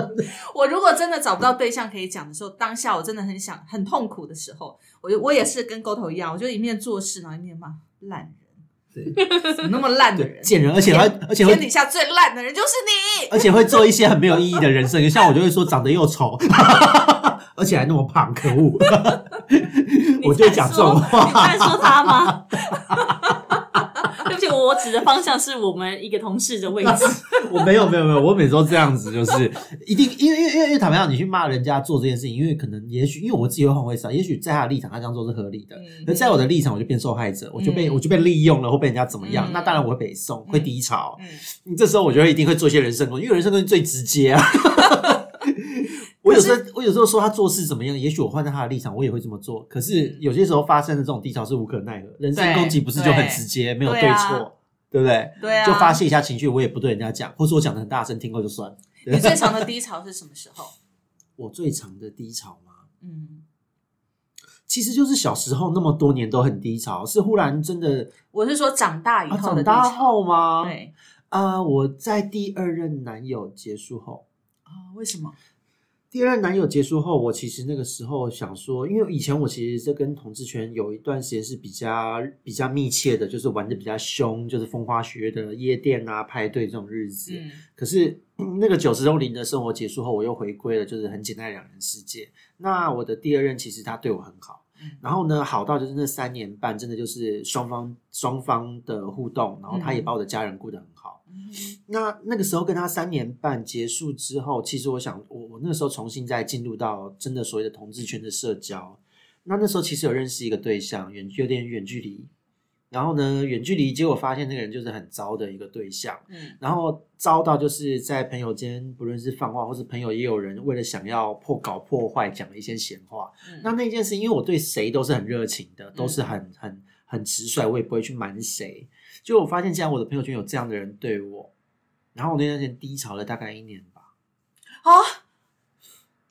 A: 我如果真的找不到对象可以讲的时候，当下我真的很想很痛苦的时候，我就我也是跟沟头一样，我就一面做事，然后一面骂烂人，对， 怎么那么烂的
C: 对，
A: 人？
C: 贱人，而且还而且
A: 天
C: 会
A: 底下最烂的人就是你。
C: 而且会做一些很没有意义的人生，像我就会说长得又丑， 而且还那么胖，可恶， 我就会讲这种
D: 你在
C: 话。
D: 说他 吗？对不起，我指的方向是我们一个同事的位置。
C: 我没有没有没有，我每周这样子就是一定，因为因为因为因为坦白讲，你去骂人家做这件事情，因为可能也许因为我自己会换位思考，也许在他的立场，他这样做是合理的。
A: 嗯
C: 可是在我的立场，我就变受害者，我就被、
A: 嗯
C: 我就被利用了，会被人家怎么样？
A: 嗯
C: 那当然我会被送，会低潮。
A: 嗯，
C: 你这时候我就会一定会做一些人身攻击，因为人身攻击最直接 啊。我有时候我有时候说他做事怎么样，也许我换在他的立场，我也会这么做。可
A: 嗯
C: 是有些时候发生的这种低潮是无可奈何，人
A: 对
C: 身攻击不是就很
A: 对
C: 直接，没有
A: 对
C: 对
A: 啊
C: 错，对不对？
A: 对啊，
C: 就发泄一下情绪，我也不对人家讲，或者我讲的很大声，听过就算。
A: 你最长的低潮是什么时候？
C: 我最长的低潮吗？
A: 嗯，
C: 其实就是小时候那么多年都很低潮，是忽然真的
A: 我是说长大以
C: 啊，
A: 后
C: 长
A: 的低
C: 大
A: 潮。
C: 后吗？
A: 对
C: 啊，我在第二任男友结束后，
A: 啊、为什么？
C: 第二任男友结束后，我其实那个时候想说，因为以前我其实这跟同志圈有一段时间是比较比较密切的，就是玩的比较凶，就是风花雪月的夜店啊、派对这种日子。
A: 嗯
C: 可是 嗯那个九十周龄的生活结束后，我又回归了，就是很简单的两人世界。那我的第二任其实他对我很好，
A: 嗯
C: 然后呢，好到就是那三年半，真的就是双方双方的互动，然后他也把我的家人顾得很好。
A: 嗯
C: 那那个时候跟他三年半结束之后，其实我想，我我那个时候重新再进入到真的所谓的同志圈的社交。那那时候其实有认识一个对象，远有点远距离，然后呢，远距离结果发现那个人就是很糟的一个对象。
A: 嗯
C: 然后遭到就是在朋友间，不论是放话，或是朋友也有人为了想要破搞破坏，讲了一些闲话。
A: 嗯
C: 那那件事，因为我对谁都是很热情的，都
D: 嗯
C: 是很很很直率，我也不会去瞒谁。就我发现，竟然我的朋友圈有这样的人对我，然后我那段时间低潮了大概一年吧。
A: 啊，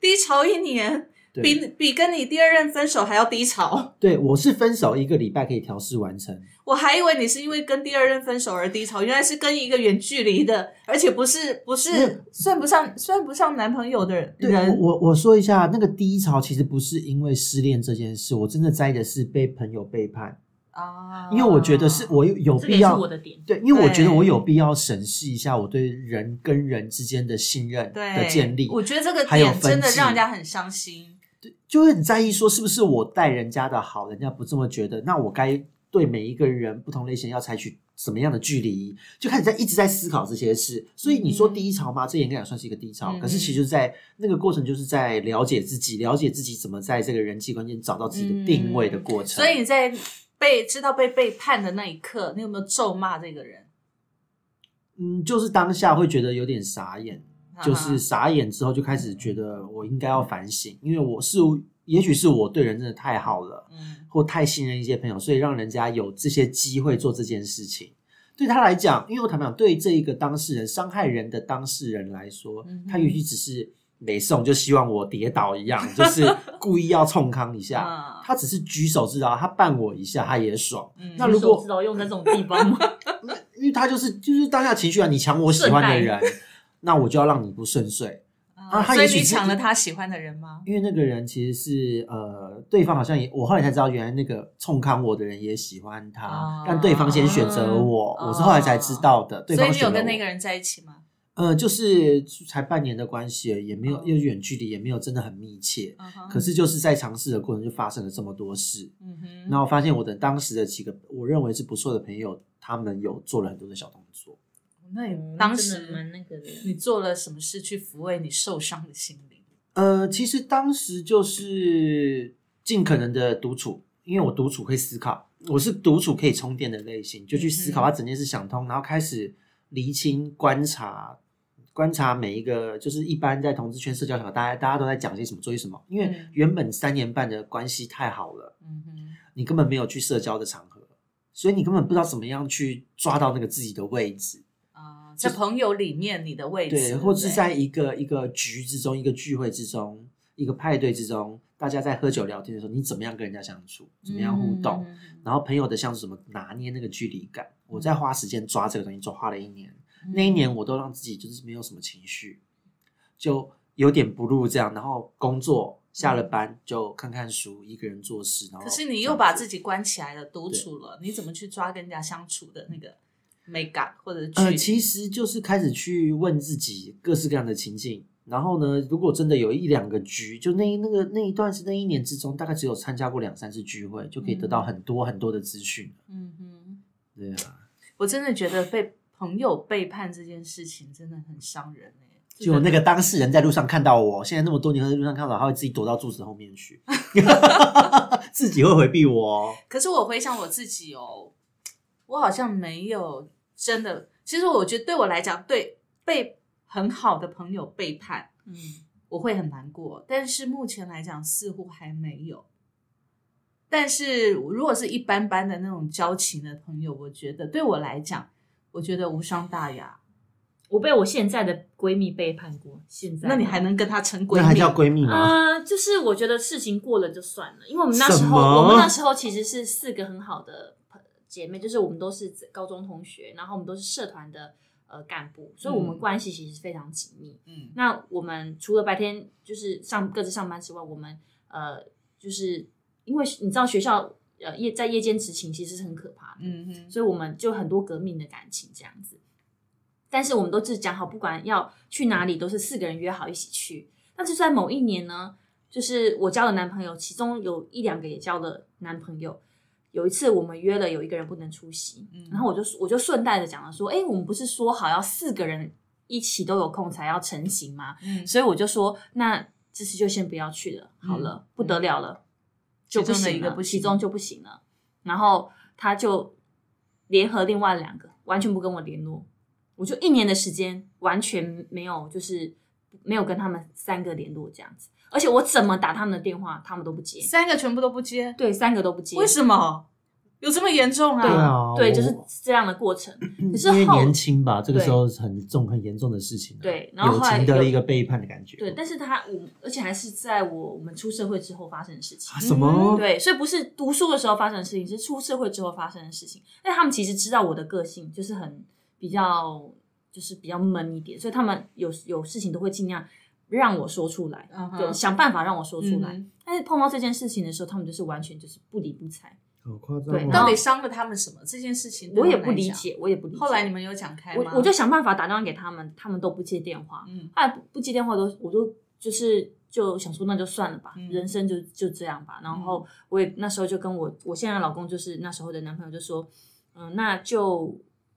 A: 低潮一年，
C: 对
A: 比比跟你第二任分手还要低潮。
C: 对，我是分手一个礼拜可以调试完成，
A: 我还以为你是因为跟第二任分手而低潮，原来是跟一个远距离的，而且不是不是算不上算不上男朋友的
C: 对，我
A: 人。
C: 我我说一下，那个低潮其实不是因为失恋这件事，我真的在意的是被朋友背叛，
A: 啊
C: 因为我觉得是我有有
D: 哦这个
C: 必
D: 也是
C: 要
D: 我的点。
C: 对，因为我觉得
A: 对
C: 我有必要审视一下我对人跟人之间的信任
A: 对
C: 的建立，
A: 我觉得这个
C: 还有
A: 点
C: 分
A: 真的
C: 歧
A: 让人家很伤心。
C: 就会很在意说是不是我待人家的好，人家不这么觉得，那我该对每一个人不同类型要采取什么样的距离，就开始在一直在思考这些事。所以你说
A: 嗯
C: 低潮吗？这严格讲算是一个低潮，
A: 嗯
C: 可是其实就是在那个过程就是在了解自己，了解自己怎么在这个人际关系找到自己的定位的过程。
A: 嗯所以你在被知道被背叛的那一刻，你有没有咒骂这个人？
C: 嗯，就是当下会觉得有点傻眼，
A: 嗯
C: 就是傻眼之后就开始觉得我应该要反省，因为我是也许是我对人真的太好了，
A: 嗯
C: 或太信任一些朋友，所以让人家有这些机会做这件事情。对他来讲，因为我坦白讲，对这一个当事人伤害人的当事人来说，
A: 嗯哼
C: 他也许只是没送，就希望我跌倒一样， 就是故意要冲康一下。
A: 啊，
C: 他只是举手之劳，他绊我一下，他也爽。
A: 嗯
C: 那如果
D: 知道用在这种地方吗？
C: 因为他就是就是当下情绪啊，你抢我喜欢 的人，那我就要让你不顺遂。啊
A: 嗯
C: 他
A: 所
C: 也
A: 以
C: 许
A: 你
C: 是
A: 抢了他喜欢的人吗？
C: 因为那个人其实是呃，对方好像也，我后来才知道，原来那个冲康我的人也喜欢他，
A: 哦
C: 但对方先选择我，我是后来才知道的。对
A: 所
C: 方
A: 以你有
C: 选了
A: 跟那
C: 我
A: 个人在一起吗？
C: 呃，就是才半年的关系而已，也没
A: 哦
C: 有又远距离，也没有真的很密切。
A: 嗯哼
C: 可是就是在尝试的过程就发生了这么多事，
A: 嗯哼，
C: 然后发现我的当时的几个我认为是不错的朋友，他们有做了很多的小动作。
A: 嗯那你
D: 当
A: 当
D: 时蛮
A: 时
D: 那个的。
A: 你做了什么事去抚慰你受伤的心灵？
C: 呃，其实当时就是尽可能的独处，因为我独处会思考，我是独处可以充电的类型，就去思考
A: 嗯哼
C: 把整件事想通，然后开始厘清、观察、观察每一个，就是一般在同志圈社交场合，大家大家都在讲些什么，做些什么，因为
A: 嗯
C: 原本三年半的关系太好了，
A: 嗯哼，
C: 你根本没有去社交的场合，所以你根本不知道怎么样去抓到那个自己的位置。
A: 啊，在朋友里面你的位置，
C: 对，
A: 对不对，
C: 或是在一个一个局之中、一个聚会之中、一个派对之中，大家在喝酒聊天的时候，你怎么样跟人家相处，怎么样互动，
A: 嗯？
C: 然后朋友的相处怎么拿捏那个距离感，我在花时间抓这个东西，抓花了一年。
A: 嗯
C: 那一年我都让自己就是没有什么情绪，就有点不入这样，然后工作下了班就看看书，一个人做事。然
A: 嗯
C: 后
A: 可是你又把
C: 这样子
A: 自己关起来了，独
C: 对
A: 处了，你怎么去抓跟人家相处的那个美感或者距
C: 呃，
A: 离？
C: 其实就是开始去问自己各式各样的情境。然后呢，如果真的有一两个局，就那一那个那一段是那一年之中，大概只有参加过两三次聚会，就可以得到
A: 嗯
C: 很多很多的资讯。
A: 嗯哼，
C: 对啊，
A: 我真的觉得被朋友背叛这件事情真的很伤人哎、
C: 就那个当事人在路上看到我，现在那么多年后在路上看到我，他会自己躲到柱子后面 去， 自己会回避我哦。
A: 可是我回想我自己哦，我好像没有真的。其实我觉得对我来讲，对被很好的朋友背叛，
D: 嗯，
A: 我会很难过。但是目前来讲，似乎还没有。但是如果是一般般的那种交情的朋友，我觉得对我来讲，我觉得无伤大雅。
D: 我被我现在的闺蜜背叛过，现在
A: 那你还能跟她成闺
C: 那还叫
A: 蜜？
C: 闺蜜吗？嗯
D: 啊、就是我觉得事情过了就算了，因为我们那时
C: 什
D: 候，
C: 么
D: 我们那时候其实是四个很好的朋姐妹，就是我们都是高中同学，然后我们都是社团的呃干部，所以我们
A: 嗯
D: 关系其实非常紧密。
A: 嗯，
D: 那我们除了白天就是上各自上班之外，我们呃就是因为你知道学校呃夜在夜间执勤其实是很可怕的，
A: 嗯哼，
D: 所以我们就很多革命的感情这样子。但是我们都是讲好，不管要去哪里，都是四个人约好一起去。但是在某一年呢，就是我交了男朋友，其中有一两个也交了男朋友。有一次我们约了有一个人不能出席，
A: 嗯
D: 然后我就我就顺带的讲了说，哎、我们不是说好要四个人一起都有空才要成行吗？
A: 嗯，
D: 所以我就说，那这次就先不要去了，好了，不得了了，就不
A: 嗯其中的
D: 行
A: 一个
D: 了，
A: 不行
D: 其中就不行了。然后他就联合另外两个，完全不跟我联络。我就一年的时间完全没有，就是没有跟他们三个联络这样子。而且我怎么打他们的电话，他们都不接，
A: 三个全部都不接，
D: 对，三个都不接。
A: 为什么？有这么严重
D: 对
A: 啊？
C: 啊
D: 对，
C: 我
D: 就是这样的过程。可是
C: 因为
D: 后
C: 年轻吧，这个
D: 对
C: 时候是很重、很严重的事情啊、
D: 对然后
C: 友
D: 后来
C: 情得了
D: 有
C: 一个背叛的感觉。
D: 对，但是他我而且还是在我我们出社会之后发生的事情
C: 啊。什
A: 哦
C: 么？
D: 嗯对，所以不是读书的时候发生的事情，是出社会之后发生的事情。但他们其实知道我的个性，就是很比较，就是比较闷一点，所以他们有有事情都会尽量让我说出来，
A: 嗯哼
D: 对，想办法让我说出来。
A: 嗯
D: 但是碰到这件事情的时候，他们就是完全就是不理不睬，
C: 好夸张、
D: 对
C: 哦！
A: 到底伤了他们什么？这件事情对
D: 嗯我也
A: 他们
D: 不
A: 来
D: 理
A: 讲。
D: 解，我也不理解。
A: 后来你们有讲开
D: 我
A: 吗？
D: 我就想办法打电话给他们，他们都不接电话，
A: 嗯
D: 后来不不接电话都，我就就是就想说那就算了吧，
A: 嗯
D: 人生就就这样吧。然后我也那时候就跟我我现在的老公，就是那时候的男朋友，就说，嗯，那就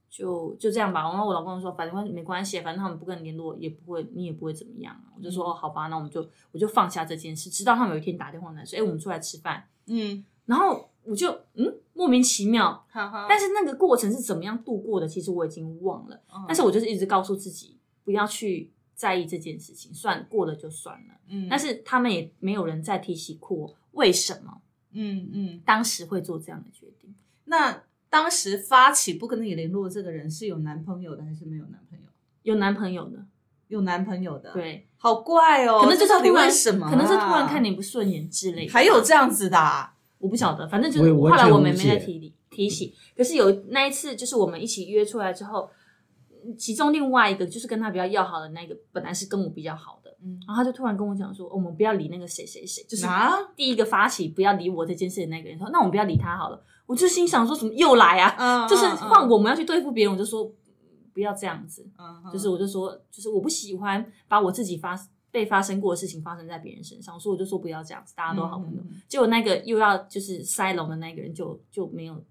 D: 就就这样吧。然后我老公就说，反正没关系，反正他们不跟你联络，也不会你也不会怎么样啊。我就说、
A: 嗯
D: 哦，好吧，那我们就我就放下这件事，直到他们有一天打电话来说，哎，我们出来吃饭，
A: 嗯，
D: 然后我就嗯莫名其妙，
A: 哈哈。
D: 但是那个过程是怎么样度过的，其实我已经忘了。
A: 嗯
D: 但是我就是一直告诉自己不要去在意这件事情，算过了就算了。
A: 嗯，
D: 但是他们也没有人再提起过我为什么
A: 嗯嗯，
D: 当时会做这样的决定。
A: 那当时发起不跟你联络的这个人是有男朋友的还是没有男朋友？
D: 有男朋友的，
A: 有男朋友的，，
D: 对，
A: 好怪哦，
D: 可能就
A: 这
D: 是
A: 到底
D: 突然
A: 为什么啊？
D: 可能是突然看你不顺眼之类的。
A: 还有这样子的啊，
D: 我不晓得，反正就
C: 我
D: 是
C: 也我
D: 后
C: 也
D: 来
C: 觉得
D: 我们
C: 无
D: 没
C: 解
D: 再提提提起。可是有那一次，就是我们一起约出来之后，嗯其中另外一个就是跟他比较要好的那个，本来是跟我比较好的，
A: 嗯
D: 然后他就突然跟我讲说，哦我们不要理那个谁谁谁，就是
A: 啊，
D: 第一个发起不要理我这件事的那个人说，那我们不要理他好了。我就心想说，怎么又来啊？
A: 嗯，
D: 就是
A: 嗯
D: 换，我们要去对付别人，我就说嗯不要这样子。
A: 嗯
D: 就是我就说，就是我不喜欢把我自己发被发生过的事情发生在别人身上，所以我就说不要这样子，大家都好朋友。
A: 嗯
D: 结果那个又要就是塞龙的那个人就就没有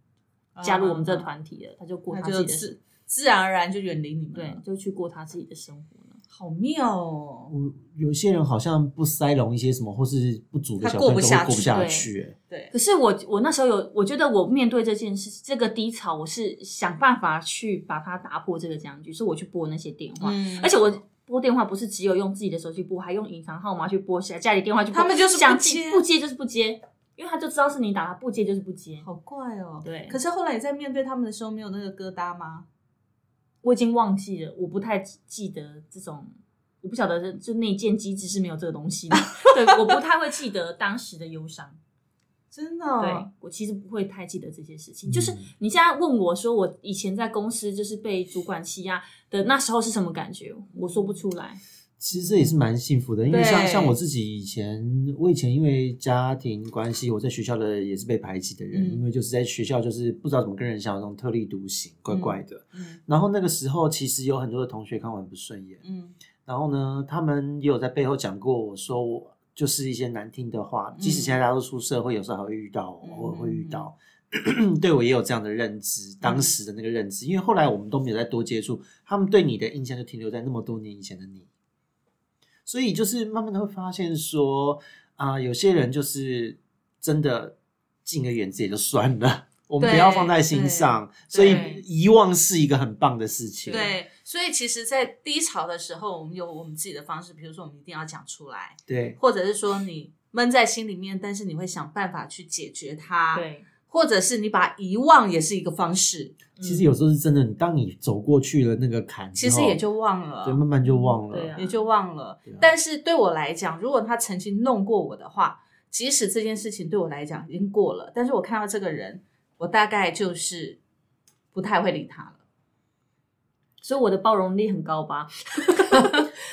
D: 加入我们这个，团体了，他就过
A: 嗯嗯嗯
D: 他
A: 他
D: 自己
A: 就
D: 的生
A: 自嗯自然而然就远离你们，
D: 对，，就去过他自己的生活了。
A: 好妙哦，
C: 我有些人好像不塞拢一些什么，或是不足的
A: 他
C: 小
A: 过
C: 分
A: 不
C: 都
A: 下
C: 会过不
A: 去
C: 下
D: 对
C: 去、欸。
A: 对
D: 可，是我我那时候有，我觉得我面对这件事这个低潮，我是想办法去把它打破这个僵局，所以我去拨那些电话，
A: 嗯
D: 而且我。拨电话不是只有用自己的手机拨，还用隐藏号码去拨，家家里电话去拨。
A: 他们就是不
D: 想
A: 接
D: 不接就是不接，因为他就知道是你打，他不接就是不接。
A: 好怪哦，
D: 对
A: 可是后来你在面对他们的时候，没有那个疙瘩吗？
D: 我已经忘记了，我不太记记得这种，我不晓得这就内建机制是没有这个东 西的。对，我不太会记得当时的忧伤。
A: 真的哦，
D: 对我其实不会太记得这些事情。
C: 嗯
D: 就是你现在问我说，我以前在公司就是被主管欺压的那时候是什么感觉，我说不出来。
C: 其实这也是蛮幸福的，因为像
A: 对
C: 像我自己以前，我以前因为家庭关系，我在学校的也是被排挤的人，
A: 嗯
C: 因为就是在学校就是不知道怎么跟人相处，那种特立独行，怪怪的。
A: 嗯
C: 然后那个时候其实有很多的同学看我很不顺眼，
A: 嗯
C: 然后呢，他们也有在背后讲过我说我就是一些难听的话，
A: 嗯
C: 即使现在大家都出社会，有时候还会遇到哦，
A: 嗯嗯
C: 偶尔会遇到。 对我也有这样的认知，当时的那个认知，因为后来我们都没有再多接触，他们对你的印象就停留在那么多年以前的你，所以就是慢慢的会发现说，啊、有些人就是真的敬个远之也就算了，我们不
A: 对
C: 要放在心
A: 对
C: 上，所以
A: 对
C: 遗忘是一个很棒的事情。
A: 对，所以其实，在低潮的时候，我们有我们自己的方式，比如说，我们一定要讲出来，
C: 对啊
A: 或者是说你闷在心里面，但是你会想办法去解决它，，
D: 对，
A: 或者是你把它遗忘也是一个方式，
D: 嗯
C: 其实有时候是真的，你当你走过去了那个坎之
A: 嗯其
C: 后，
A: 实也就忘了，
C: 对，慢慢就忘了。
D: 对啊
A: 也就忘了
C: 对啊。
A: 但是对我来讲，如果他曾经弄过我的话，即使这件事情对我来讲已经过了，但是我看到这个人，我大概就是不太会理他了。
D: 所以我的包容力很高 吧？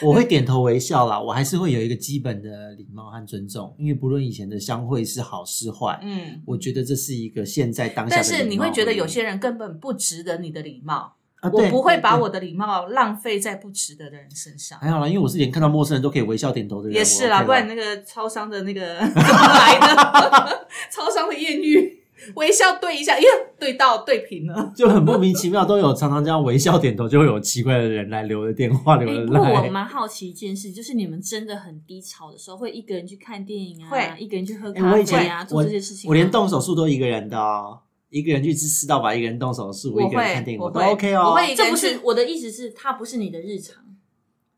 C: 我会点头微笑啦，我还是会有一个基本的礼貌和尊重，因为不论以前的相会是好是坏，
A: 嗯，
C: 我觉得这是一个现在当下的
A: 但
C: 礼貌而已。
A: 是你会觉得有些人根本不值得你的礼貌，
C: 啊，
A: 我
C: 对
A: 不会把
C: 对
A: 我的礼貌浪费在不值得的人身上。
C: 还好啦，因为我是连看到陌生人都可以微笑点头的人，
A: 也是啦，
C: 我 OK
A: 不然那个超商的那个 怎么来的？ 超商的艳遇，微笑对一下，哎呀，对到对平了。
C: 就很莫名其妙，都有常常这样微笑点头，就会有奇怪的人来留的 电话，留
D: 哎
C: 的
D: 不过我
C: 来。
D: 蛮好奇一件事，就是你们真的很低潮的时候，会一个人去看电影啊，
A: 会
D: 一个人去喝
C: 哎
D: 咖
C: 我以
D: 啡啊，
C: 前
D: 做这些事情吗。
C: 我连动手术都一个人的哦，一个人去吃吃到饱，一个人动手术，
A: 我
C: 一个人
A: 会
C: 看电影，
A: 我
C: 都
A: 会
C: OK 哦。
A: 我会一个
D: 这
A: 人
D: 不
A: 去
D: 是我的意思是，它不是你的日常，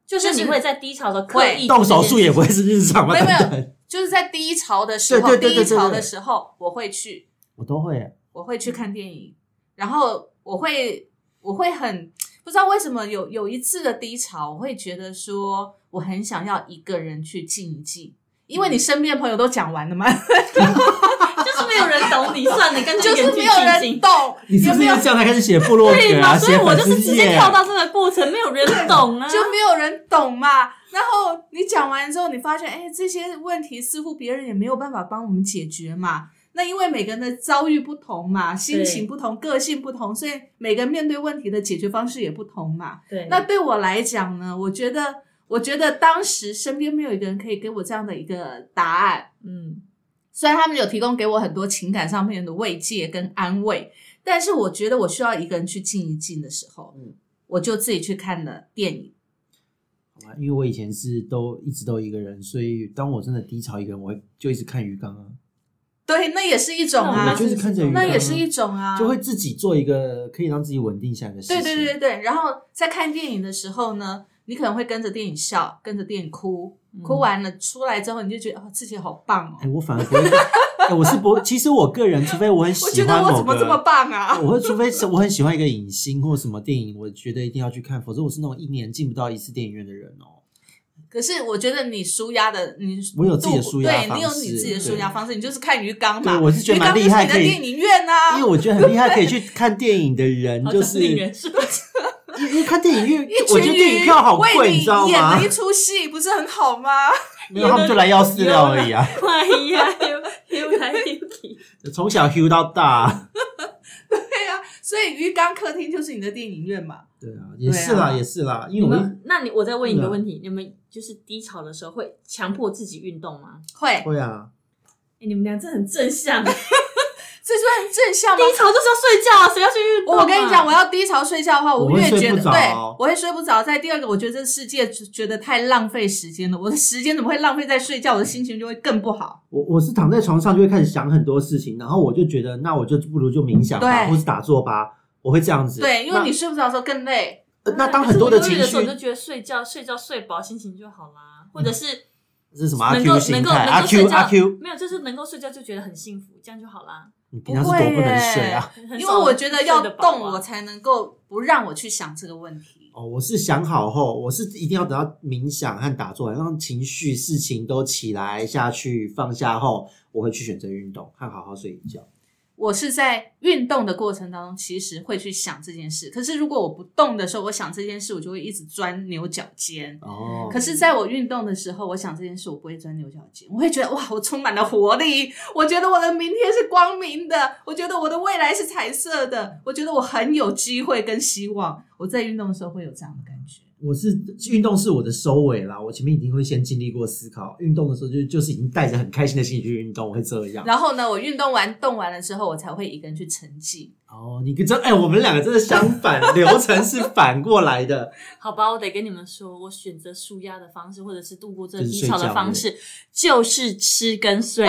D: 就是
A: 就是
D: 你会在低潮的时候刻
A: 会
D: 意
C: 动
D: 做这
C: 手
D: 件
C: 术也
D: 事
C: 不会是日常吧？
A: 没有没有
C: 等等
A: 就是在低潮的时候，
C: 对对对对对
A: 低潮
C: 对嗯
A: 的时候，我会去，
C: 我都会。啊
A: 我会去看电影，然后我会，我会很不知道为什么有有一次的低潮，我会觉得说我很想要一个人去静一静，因为你
C: 嗯
A: 身边的朋友都讲完了嘛，
D: 就是没有人懂你，算了，干脆
A: 就
D: 一个
A: 是
D: 人
A: 没
D: 去
A: 有
D: 静
A: 人
D: 静。
A: 懂，
C: 你是
A: 有
C: 不是
A: 没有
C: 要这样才开始写部落
D: 对
C: 格啊？
D: 嘛？所以
C: 写
D: 我
C: 粉
D: 就是
C: 丝
D: 直接
C: 页
D: 跳到这个过程，没有人懂啊。
A: 就没有人懂嘛。然后你讲完之后，你发现，哎，这些问题似乎别人也没有办法帮我们解决嘛。那因为每个人的遭遇不同嘛，心情不同，个性不同，所以每个人面对问题的解决方式也不同嘛。
D: 对，
A: 那对我来讲呢，我觉得，我觉得当时身边没有一个人可以给我这样的一个答案，
D: 嗯，
A: 虽然他们有提供给我很多情感上面的慰藉跟安慰，但是我觉得我需要一个人去静一静的时候，
C: 嗯
A: 我就自己去看了电影。
C: 因为我以前是都一直都一个人，所以当我真的低潮一个人，我会就一直看鱼缸啊，
A: 对，那也是一种
C: 我
A: 啊
C: 就，是看着鱼缸啊，
A: 那也是一种啊，
C: 就会自己做一个可以让自己稳定下来的事情。
A: 对对对对对。然后在看电影的时候呢，你可能会跟着电影笑，跟着电影哭，
C: 嗯
A: 哭完了出来之后，你就觉得哦自己好棒哦
C: 哎、，我反而不会， 哎、我是不，其实我个人，除非我很
A: 我
C: 喜
A: 觉
C: 欢
A: 得
C: 某个，
A: 我怎么这么棒啊？
C: 我会除非是我很喜欢一个影星或什么电影，我觉得一定要去看，否则我是那种一年进不到一次电影院的人哦。
A: 可是我觉得你舒压的，你
C: 我有自己的舒压
A: 对你有
C: 方式
A: 你自己的舒压方式，你就是看鱼缸
C: 对，
A: 嘛，
C: 我是觉
A: 鱼
C: 得蛮
A: 缸就
C: 厉
A: 是
C: 害，
A: 你的
C: 可以
A: 电影院啊，
C: 因为我觉得很厉害，可以去看电影的 人，
D: 好
C: 就
D: 像
C: 是
D: 令
C: 因
D: 人生
C: 为看电影院
A: 一，
C: 我
A: 群
C: 觉得
A: 鱼
C: 电影票好贵，
A: 为
C: 你知道
A: 演
C: 吗
A: 了一？出戏，不是很好吗？
C: 没有，他们就来要饲料而已啊，
D: 快哎呀，又又来又去。
C: 从小 h 到大。
A: 对啊，所以鱼缸客厅就是你的电影院嘛。
C: 对啊，也是啦，
A: 对啊
C: 也是啦，因
D: 你
C: 为 我啊
D: 们，那你我再问一个问题，你们就是低潮的时候会强迫自己运动吗？
A: 会，
C: 会啊，
D: 哎，你们俩真的很正向， 低
A: 这算正向吗？
D: 潮就是要睡觉啊，谁要去运动啊？
A: 我跟你讲，我要低潮睡觉的话，
C: 我会
A: 越
C: 睡
A: 觉
C: 不
A: 得
C: 着
A: 对，我会睡不着。在第二个，我觉得这世界觉得太浪费时间了，我的时间怎么会浪费在睡觉？我的心情就会更不好。
C: 我我是躺在床上就会开始想很多事情，然后我就觉得，那我就不如就冥想吧，
A: 对
C: 或是打坐吧，我会这样子。
A: 对，因为你睡不着的时候更累。
C: 那、呃那当很多
D: 的
C: 情
D: 时候，
C: 绪
D: 你就觉得睡觉、睡觉、睡饱，心情就好啦，或者是
C: 这是什么阿
D: 能够
C: Q
D: 能
C: 心
D: 够
C: 态？
D: 能
C: 阿
D: 够睡
C: Q
D: 觉
C: 阿 Q，
D: 没有，就是能够睡觉就觉得很幸福，这样就好啦。
C: 你平常是多不能睡啊？
D: 很
A: 因为
D: 少
A: 我觉得要
D: 睡得饱啊
A: 动，我才能够不让我去想这个问题。
C: 哦，我是想好后，我是一定要等到冥想和打坐，让情绪、事情都起来下去放下后，我会去选择运动和好好睡一觉。
A: 我是在运动的过程当中，其实会去想这件事。可是如果我不动的时候，我想这件事，我就会一直钻牛角尖。
C: 哦，
A: 可是，在我运动的时候，我想这件事，我不会钻牛角尖，我会觉得哇，我充满了活力，我觉得我的明天是光明的，我觉得我的未来是彩色的，我觉得我很有机会跟希望。我在运动的时候会有这样的感觉。
C: 我是运动是我的收尾啦，我前面一定会先经历过思考，运动的时候就就是已经带着很开心的心情去运动，我会这样。
A: 然后呢，我运动完动完了之后，我才会一个人去沉寂。
C: 哦，你跟真哎、我们两个真的相反，流程是反过来的。
D: 好吧，我得跟你们说，我选择舒压的方式，或者是度过这个
C: 就是
D: 低
C: 睡
D: 潮的
C: 觉
D: 方式，就是吃 跟睡，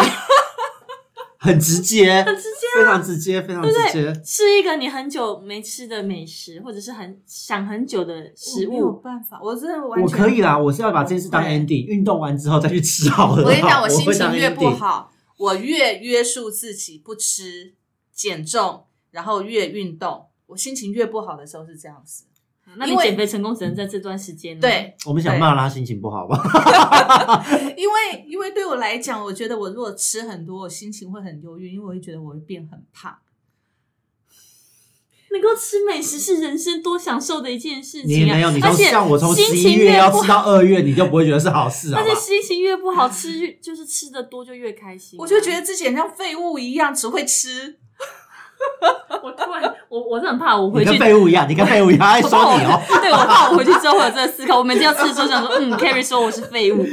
C: 很直接，很直接、非常直接，非常直接。
D: 吃一个你很久没吃的美食，或者是很想很久的食
A: 我哦没有
D: 物。
A: 办法，我真的完全
C: 我可以啦，我是要把这件事当
A: 对
C: ending，运动完之后再去吃好了。
A: 我跟你讲，
C: 我
A: 心情越不
C: 会当 ending，
A: 好，我越约束自己不吃。减重，然后越运动。我心情越不好的时候是这样子，
D: 那你
A: 因为
D: 减肥成功只能在这段时间呢
A: 对，
C: 我们想骂他心情不好吧？
A: 因为因为对我来讲，我觉得我如果吃很多，我心情会很忧郁，因为我会觉得我会变很胖。
D: 能够吃美食是人生多享受的一件事
C: 你
D: 情啊！
C: 没有，你
D: 而
C: 从
D: 且
C: 像我从
D: 心
C: 十一
D: 情
C: 月
D: 越
C: 要
D: 不
C: 吃
D: 好，
C: 到二月，你就不会觉得是好事，好
D: 而
C: 吧
D: 且？心情越不好吃，越就是吃的多就越开心啊、
A: 我就觉得自己很像废物一样，只会吃。
D: 我突然，我我是很怕我
C: 你
D: 回去
C: 跟废物一样，你跟废物一样，爱
D: 我
C: 说
D: 怕我
C: 你 哦。
D: 对，我怕我回去之后会有这个思考。我每次要吃的时候想说，嗯，Carrie 说我是废物，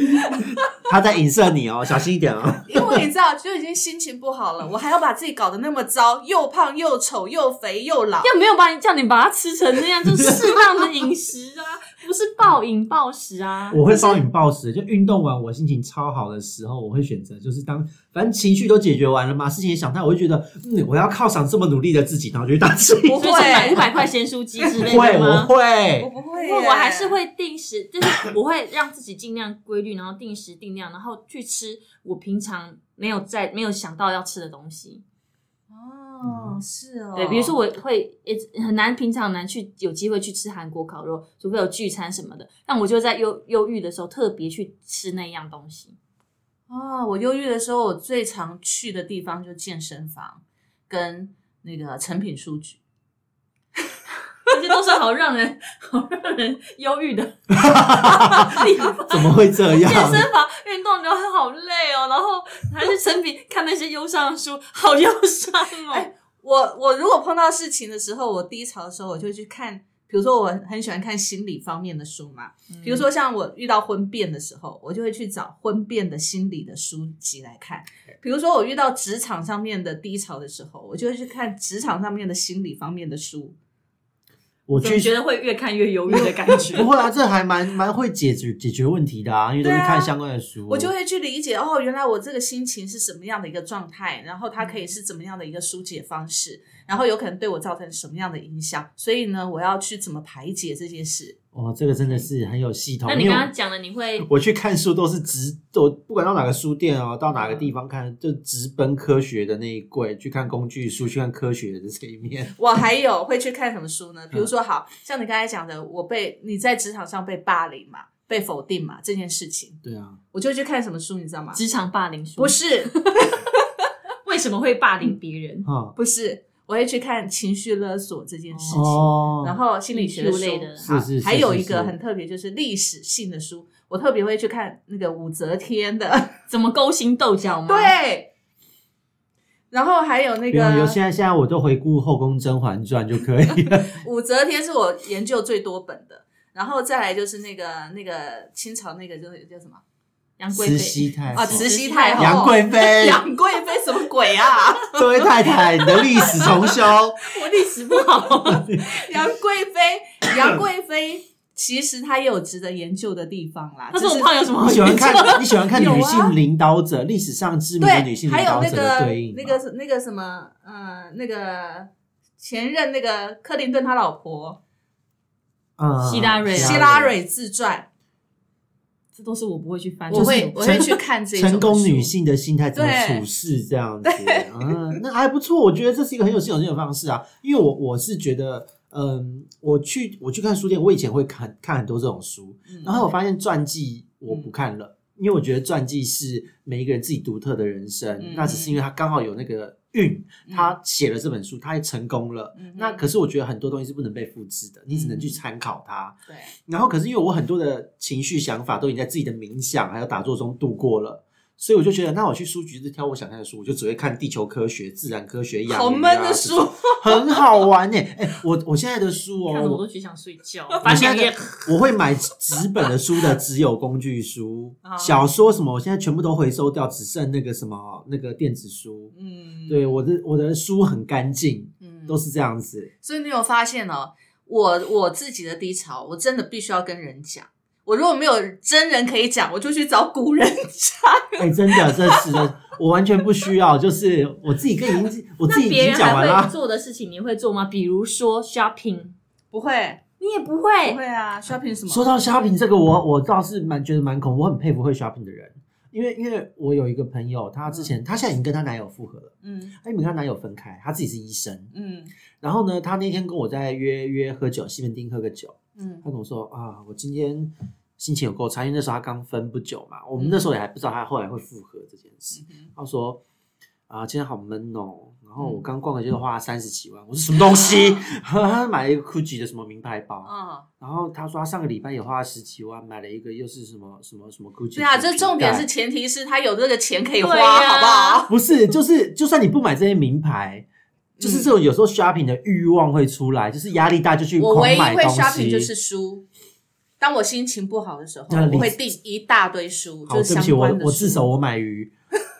C: 他在影射你哦，小心一点哦。
A: 因为你知道，就已经心情不好了，我还要把自己搞得那么糟，又胖又丑又肥又老。
D: 要没有把你叫你把它吃成那样，就适当的饮食啊，不是暴饮暴食啊。
C: 我会暴饮暴食，就运动完我心情超好的时候，我会选择就是当反正情绪都解决完了嘛，事情也想太，我就觉得嗯，我要犒赏这么努力的自己，然后就去打气。
A: 不
D: 所以是买五
A: 会，
D: 百块咸酥鸡之类
C: 会，
D: 的
C: 我
D: 吗？
A: 我
C: 会，
A: 不会耶，
D: 不过我还是会定时，就是我会让自己尽量规律，然后定时定量，然后去吃我平常没有在没有想到要吃的东西。
A: 哦，是哦，
D: 对，比如说我会也很难，平常很难去有机会去吃韩国烤肉，除非有聚餐什么的。但我就在忧忧郁的时候特别去吃那样东西。
A: 哦，我忧郁的时候，我最常去的地方就健身房跟那个成品书局。
D: 这些都是好让人好让人忧郁的地方。
C: 怎么会这
D: 健
C: 样？
D: 身房运动然后好累哦，然后还去成品看那些忧伤的书，好忧伤哦。
A: 哎我我如果碰到事情的时候，我低潮的时候，我就去看，比如说我很喜欢看心理方面的书嘛，
D: 嗯
A: 比如说像我遇到婚变的时候，我就会去找婚变的心理的书籍来看。比如说我遇到职场上面的低潮的时候，我就会去看职场上面的心理方面的书。
C: 我
D: 总
C: 去
D: 觉得会越看越忧郁的感 觉。
C: 不会啊，这还蛮蛮会解决解决问题的啊，因为都是
A: 对啊
C: 看相关的书。
A: 我就会去理解哦，原来我这个心情是什么样的一个状态，然后它可以是怎么样的一个疏解方式，然后有可能对我造成什么样的影响，所以呢，我要去怎么排解这件事。
C: 哇，这个真的是很有系统。
D: 那你
C: 因为
D: 刚刚讲了，你会
C: 我去看书都是直，我不管到哪个书店哦，到哪个地方看，就直奔科学的那一柜去看工具书，去看科学的这一面。
A: 我还有会去看什么书
C: 嗯
A: 呢？比如说，好像你刚才讲的，我被你在职场上被霸凌嘛，被否定嘛这件事情，
C: 对啊，
A: 我就会去看什么书，你知道吗？
D: 职场霸凌书，
A: 不是，
D: 为什么会霸凌别人？
C: 哈、
A: 不是，我会去看情绪勒索这件事情。
C: 哦，
A: 然后心理学的书
D: 艺术类的
A: 好
C: 是是是
A: 还有一
C: 是
A: 个
C: 是
A: 很特别，就是历史性的书，我特别会去看那个武则天的，
C: 哦
D: 怎么勾心斗角吗？，
A: 对。然后还有那
C: 不用，有
A: 个
C: 现在现在我都回顾《后宫甄嬛传》就可以 了。
A: 武则天是我研究最多本的，然后再来就是那个那个清朝那个就是叫什么
D: 杨贵
C: 慈
D: 妃。
C: 禧太后
A: 啊，慈禧太后、
C: 杨贵 妃，
A: 杨贵妃什么鬼啊？
C: 这位太太，你的历史重修。
A: 哦
D: 我历史不好，
A: 杨贵妃，杨贵妃其实她也有值得研究的地方啦。
D: 他说
A: 就
D: 我
A: 是
D: 胖有什么好
C: 你喜
D: 研
C: 欢
D: 究？
C: 看你喜欢看
A: 有啊
C: 女性领导者，历史上知名的女性
A: 还
C: 领
A: 有
C: 导
A: 那
C: 者的
A: 个
C: 对应嘛。
A: 那个那个什么，呃，那个前任那个克林顿他老婆
C: 嗯
D: 希拉蕊
A: 希拉蕊自传，
D: 这都是我不会去翻，
A: 我会
D: 就是
A: 我会去看这种
C: 成功女
A: 书。
C: 性的心态怎么
A: 对
C: 处事这样子，嗯，那还不错，我觉得这是一个很有系统性的方式啊。因为我我是觉得，嗯，我去我去看书店，我以前会看看很多这种书，
A: 嗯
C: 然后我发现传记我不看了，因为我觉得传记是每一个人自己独特的人生，
A: 嗯
C: 那只是因为他刚好有那个运，
A: 嗯
C: 他写了这本书，他也成功了。
A: 嗯哼嗯
C: 那可是我觉得很多东西是不能被复制的，你只能去参考它。
A: 对，
C: 然后可是因为我很多的情绪想法都已经在自己的冥想还有打坐中度过了，所以我就觉得，那我去书局就挑我想看的书，我就只会看地球科学、自然科学、养
A: 好
C: 鱼啊
A: 闷的书
C: 这种，很好玩呢、哎、我我现在的书哦，
D: 看得我都只想睡觉，
C: 我
D: 翻
C: 现
D: 两
C: 在
D: 页
C: 的。我会买纸本的书的，只有工具书
A: 啊、
C: 小说什么，我现在全部都回收掉，只剩那个什么那个电子书。
A: 嗯，
C: 对，我的我的书很干净，
A: 嗯
C: 都是这样子。
A: 所以你有发现哦，我我自己的低潮，我真的必须要跟人讲。我如果没有真人可以讲，我就去找古人讲。
C: 哎、真的，这是的，我完全不需要，就是我自己跟已经我自
D: 那
C: 己已
D: 别
C: 经
D: 人
C: 讲完啊
D: 还会
C: 啦。
D: 做的事情，你会做吗？比如说 shopping，
A: 不会，
D: 你也不
A: 不
D: 会。
A: 会啊，shopping 什么？
C: 说到 shopping 这个，我我倒是蛮觉得蛮恐怖，我很佩服会 shopping 的人。因为因为我有一个朋友，她之
D: 嗯
C: 前她现在已经跟她男友复合了，
A: 嗯
C: 她因为跟她男友分开，她自己是医生。
A: 嗯
C: 然后呢，她那天跟我在约约喝酒，西门町喝个酒，
A: 嗯
C: 她跟我说啊，我今天心情有够差，因为那时候她刚分不久嘛，我们那时候也还不知道她后来会复合这件事。
A: 嗯
C: 她说啊，今天好闷哦。然后我刚逛的就是花了三十几万，我说什么东西？ 她买了一个 GUCCI 的什么名牌包，
A: 啊，
C: 然后他说他上个礼拜也花了十几万买了一个又是什么什么什么 GUCCI，
A: 对啊，
C: 的
A: 这
C: 皮
A: 重点
C: 带
A: 是前提是他有这个钱可以花，
D: 对呀
A: 好不好？
C: 不是就是就算你不买这些名牌，
A: 嗯
C: 就是这种有时候 shopping 的欲望会出来，就是压力大就去
A: 我
C: 狂
A: 唯一
C: 买
A: 会
C: 东
A: shopping
C: 西。
A: 就是书。当我心情不好的时候，
C: 那你
A: 我会订一大堆书，
C: 好，
A: 就
C: 对
A: 是
C: 不起，
A: 相
C: 我
A: 关的
C: 我
A: 书
C: 自首，我买鱼，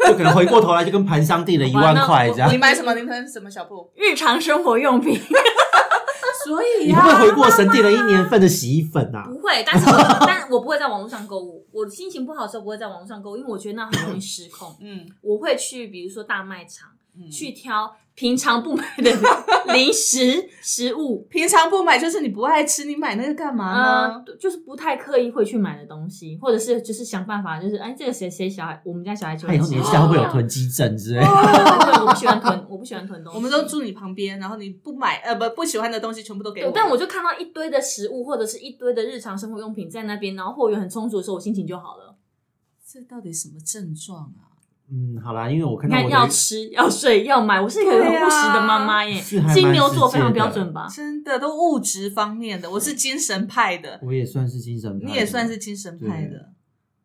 C: 就可能回过头来就跟盘商订了一万块这样
A: 你。买什么？你喷什么小布？
D: 日常生活用品
A: 所以
C: 你
A: 呀、。
C: 会不会回过神订了一年份的洗衣粉啊？
D: 不会，但是我 但我不会在网络上购物。我心情不好的时候不会在网络上购物，因为我觉得那很容易失控
A: 嗯，
D: 我会去，比如说大卖场
A: 嗯
D: 去挑平常不买的 零食食物，
A: 平常不买就是你不爱吃，你买那个干嘛
D: 呃
A: 呢？，
D: 就是不太刻意会去买的东西，或者是就是想办法，就是哎，这个谁谁小孩，我们家小孩就
C: 他以后
A: 啊
C: 年纪大会不会有囤积症之类的？
D: 对，我不喜欢 囤，我不喜欢囤东西。
A: 我们都住你旁边，然后你不买呃不不喜欢的东西全部都给
D: 对
A: 我，，
D: 但我就看到一堆的食物或者是一堆的日常生活用品在那边，然后货源很充足的时候，我心情就好了。
A: 这到底什么症状啊？
C: 嗯，好啦，因为我看
D: 你
C: 到我
D: 看，
C: 的
D: 要吃要睡要买，我是一个
A: 啊
D: 很务实的妈妈耶。
C: 是还蛮
D: 金牛座
C: 实
D: 非
C: 际
D: 常
C: 的
D: 标准吧？
A: 真的都物质方面的，我是精神派的，
C: 我也算是精神派的，
A: 你也算是精神派的，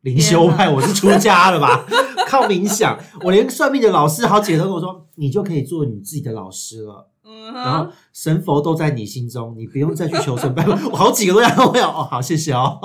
C: 灵修派，我是出家了吧？ 靠冥想，我连算命的老师好几个都跟我说，你就可以做你自己的老师了。
A: 嗯
C: 然
A: 哼
C: 后，神佛都在你心中，你不用再去求 神拜佛。我好几个都在问我哦，好谢谢哦。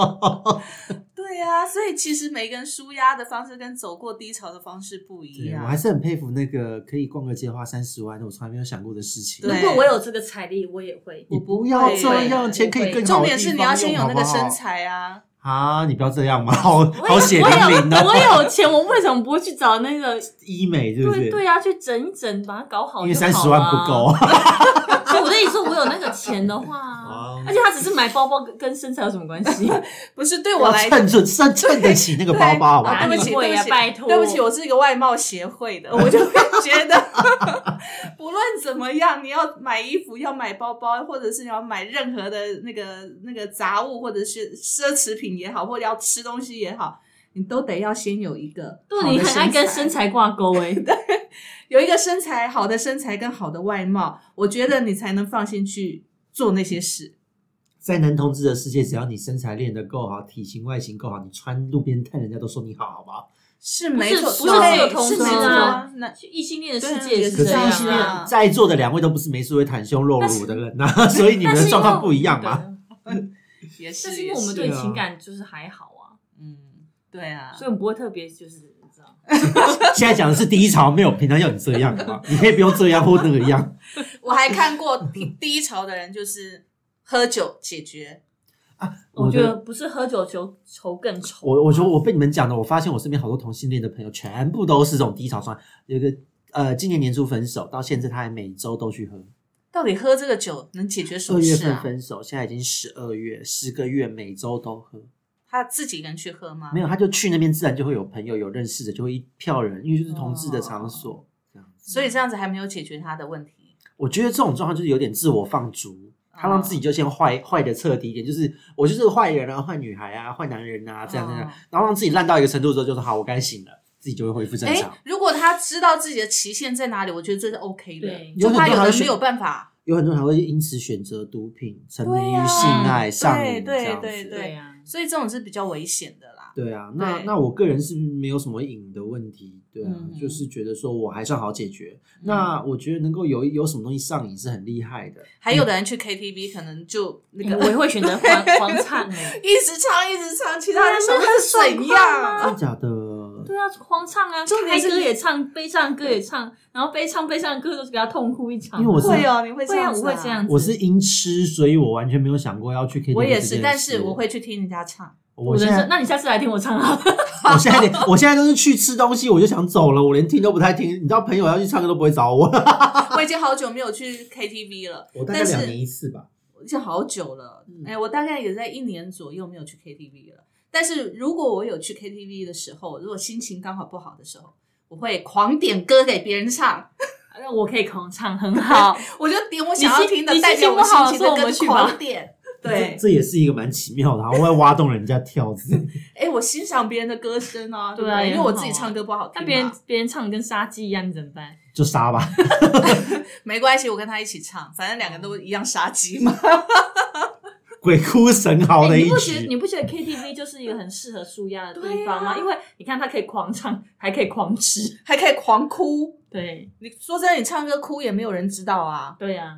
A: 对呀、所以其实每个人舒压的方式跟走过低潮的方式不一
C: 对，我还
A: 样。
C: 是很佩服那个可以逛个街花三十万的，我从来没有想过的事情。
A: 对
D: 如果我有这个财力，我也会。
C: 你不要这
A: 我
C: 样，
D: 会
C: 钱可以更好
A: 重
C: 的地方
A: 点是你要先有那个身
C: 用好
A: 材啊，
C: 不好啊！你不要这样嘛，好
D: 我有
C: 好血淋哦淋
D: 我
C: 的
D: 有我有钱，我为什么不会去找那个？
C: 医美，对不
D: 对对啊，去整一整，把它搞好就好
C: 因
A: 啊
D: 了。
C: 为三十万不够。
D: 所以我跟你说，我有那个钱的话
C: 哦
D: 啊，而且他只是买包包跟跟身材有什么关 系？
A: 不是对我
C: 要
A: 来
C: 趁着趁趁得起那个
A: 对
C: 包包，好
A: 啊
C: 吧？
A: 对不
D: 哪
A: 起，
D: 里会
A: 对
D: 啊
A: 不起，
D: 拜托
A: 对不起，我是一个外貌协会的，我就会觉得， 不论怎么样，你要买衣服，要买包包，或者是你要买任何的那个那个杂物，或者是奢侈品也好，或者要吃东西也好，你都得要先有一个
D: 对，
A: 好
D: 你
A: 的
D: 很爱跟身
A: 身材，
D: 材挂钩哎、
A: 有一个身材好的身材跟好的外貌，我觉得你才能放心去做那些事。
C: 在男同志的世界，只要你身材练得够好，体型外形够好，你穿路边摊人家都说你好，好不好？
A: 是没错，
D: 不是
A: 对
D: 只有同
A: 是没
C: 志
A: 错
D: 啊
A: 啊， 那
D: 异性恋的
A: 对啊
D: 世界也
A: 也
D: 是
C: 可
D: 这
C: 是
D: 样
C: 异
A: 异
C: 性
A: 性
C: 恋
A: 恋
D: 啊。
C: 在座的两位都不是没事会袒胸露乳的人呐、啊 所以你们
D: 但
C: 的
D: 是
C: 状况
D: 因为
C: 不一样
D: 对啊
C: 嘛。
A: 也是，
D: 但是因
A: 也
D: 为我们
A: 是
D: 对
C: 是啊
D: 情感就是还好啊，
A: 嗯，对啊，
D: 所以我们不会特别就是你知道，
C: 现在讲的是第一潮，没有平常要你这样好不好？你可以不用这样或那个样。
A: 我还看过低低潮的人，就是喝酒解决。
D: 我觉
C: 的
D: 得不是喝酒愁愁更愁。
C: 我我觉得我被你们讲的，我发现我身边好多同性恋的朋友，全部都是这种低潮状态。有一个呃，今年年初分手，到现在他还每周都去喝。
A: 到底喝这个酒能解决什
D: 哦
C: 二
A: 么
C: 月
A: 事
C: 份
A: 啊？
C: 分手，现在已经十二月，十个月每周都喝。
A: 他自己一个人去喝吗？
C: 没有，他就去那边，自然就会有朋友，有认识的，就会一票人，因为就是同志的场所、这样子。
A: 所以这样子还没有解决他的问题。
C: 我觉得这种状况就是有点自我放逐，他让自己就先坏坏的彻底一点，就是我就是个坏人啊，坏女孩啊，坏男人啊，这样这样，
A: 哦
C: 然后让自己烂到一个程度之后，就说好，我该醒了，自己就会恢复正常。
A: 如果他知道自己的期限在哪里，我觉得这是 OK 的
D: 对。
A: 就怕有的
C: 有很多还会
A: 人没
C: 选
A: 有办法，
C: 有很多人还会因此选择毒品，沉迷
A: 对
C: 于
A: 啊
C: 性爱、上瘾
A: 对
C: 这样子。
A: 对
D: 对啊嗯呀、
A: 所以这种是比较危险的啦。
C: 对啊，那
A: 对
C: 那我个人是没有什么瘾的问题，对啊，
A: 嗯
C: 就是觉得说我还算好解决。
A: 嗯
C: 那我觉得能够有有什么东西上瘾是很厉害的，
A: 还有的人去 KTV 可能就那
D: 欸
A: 个
D: 我也会选择黄黄 灿哎、
A: 一直唱一直唱，其他人想
D: 对
A: 他
D: 啊
A: 是怎样？
C: 真假的？
D: 对啊，黄唱啊，
A: 重点
D: 开
A: 是
D: 歌也唱，悲伤歌也唱，然后悲唱悲伤歌都是给他痛哭一场。
C: 因为我是
A: 会哦，你会这
D: 会啊，
A: 样
D: 我
A: 子啊，
D: 会这样子。
C: 我是音痴，所以我完全没有想过要去 KTV。
A: 我也是，但是我会，去听人家唱。
C: 我
D: 我人
C: 现
D: 生，
C: 在
D: 那你下次来听我唱好了。
C: 我现在连我现在都是去吃东西，我就想走了，我连听都不太听。你知道朋友要去唱歌都不会找我，
A: 我已经好久没有去 KTV 了，
C: 我
A: 但是
C: 一次吧。
D: 嗯
A: 已经好久了。哎、我大概也在一年左右没有去 KTV 了。但是如果我有去 KTV 的时候，如果心情刚好不好的时候，我会狂点歌给别人唱。
D: 那我可以狂唱，很好。
A: 我就点我想要听的，
D: 你心
A: 代表我心情的歌
D: 你心情
A: 就
D: 不好的时候我们去吧
A: 狂 点。对
C: 这，这也是一个蛮奇妙的，然啊后会挖动人家跳子。
A: 哎、我欣赏别人的歌声啊，
D: 对
A: 不
D: 啊
A: 对？因
D: 也
A: 为
D: 很
A: 我
D: 好
A: 自己
D: 啊
A: 唱歌不好听嘛，
D: 但别人别人唱得跟杀鸡一样，你怎么办？
C: 就杀吧，
A: 没关系，我跟他一起唱，反正两个都一样杀鸡嘛。
C: 鬼哭神嚎
D: 哎
C: 的
D: 你
C: 一
D: 不觉得
C: 局。
D: 你不觉得 KTV 就是一个很适合舒压的地方
A: 对
D: 吗？
A: 啊
D: 因为你看，它可以狂唱，还可以狂吃。
A: 还可以狂哭。
D: 对
A: 你说真的，你唱歌哭也没有人知道啊，
D: 对呀、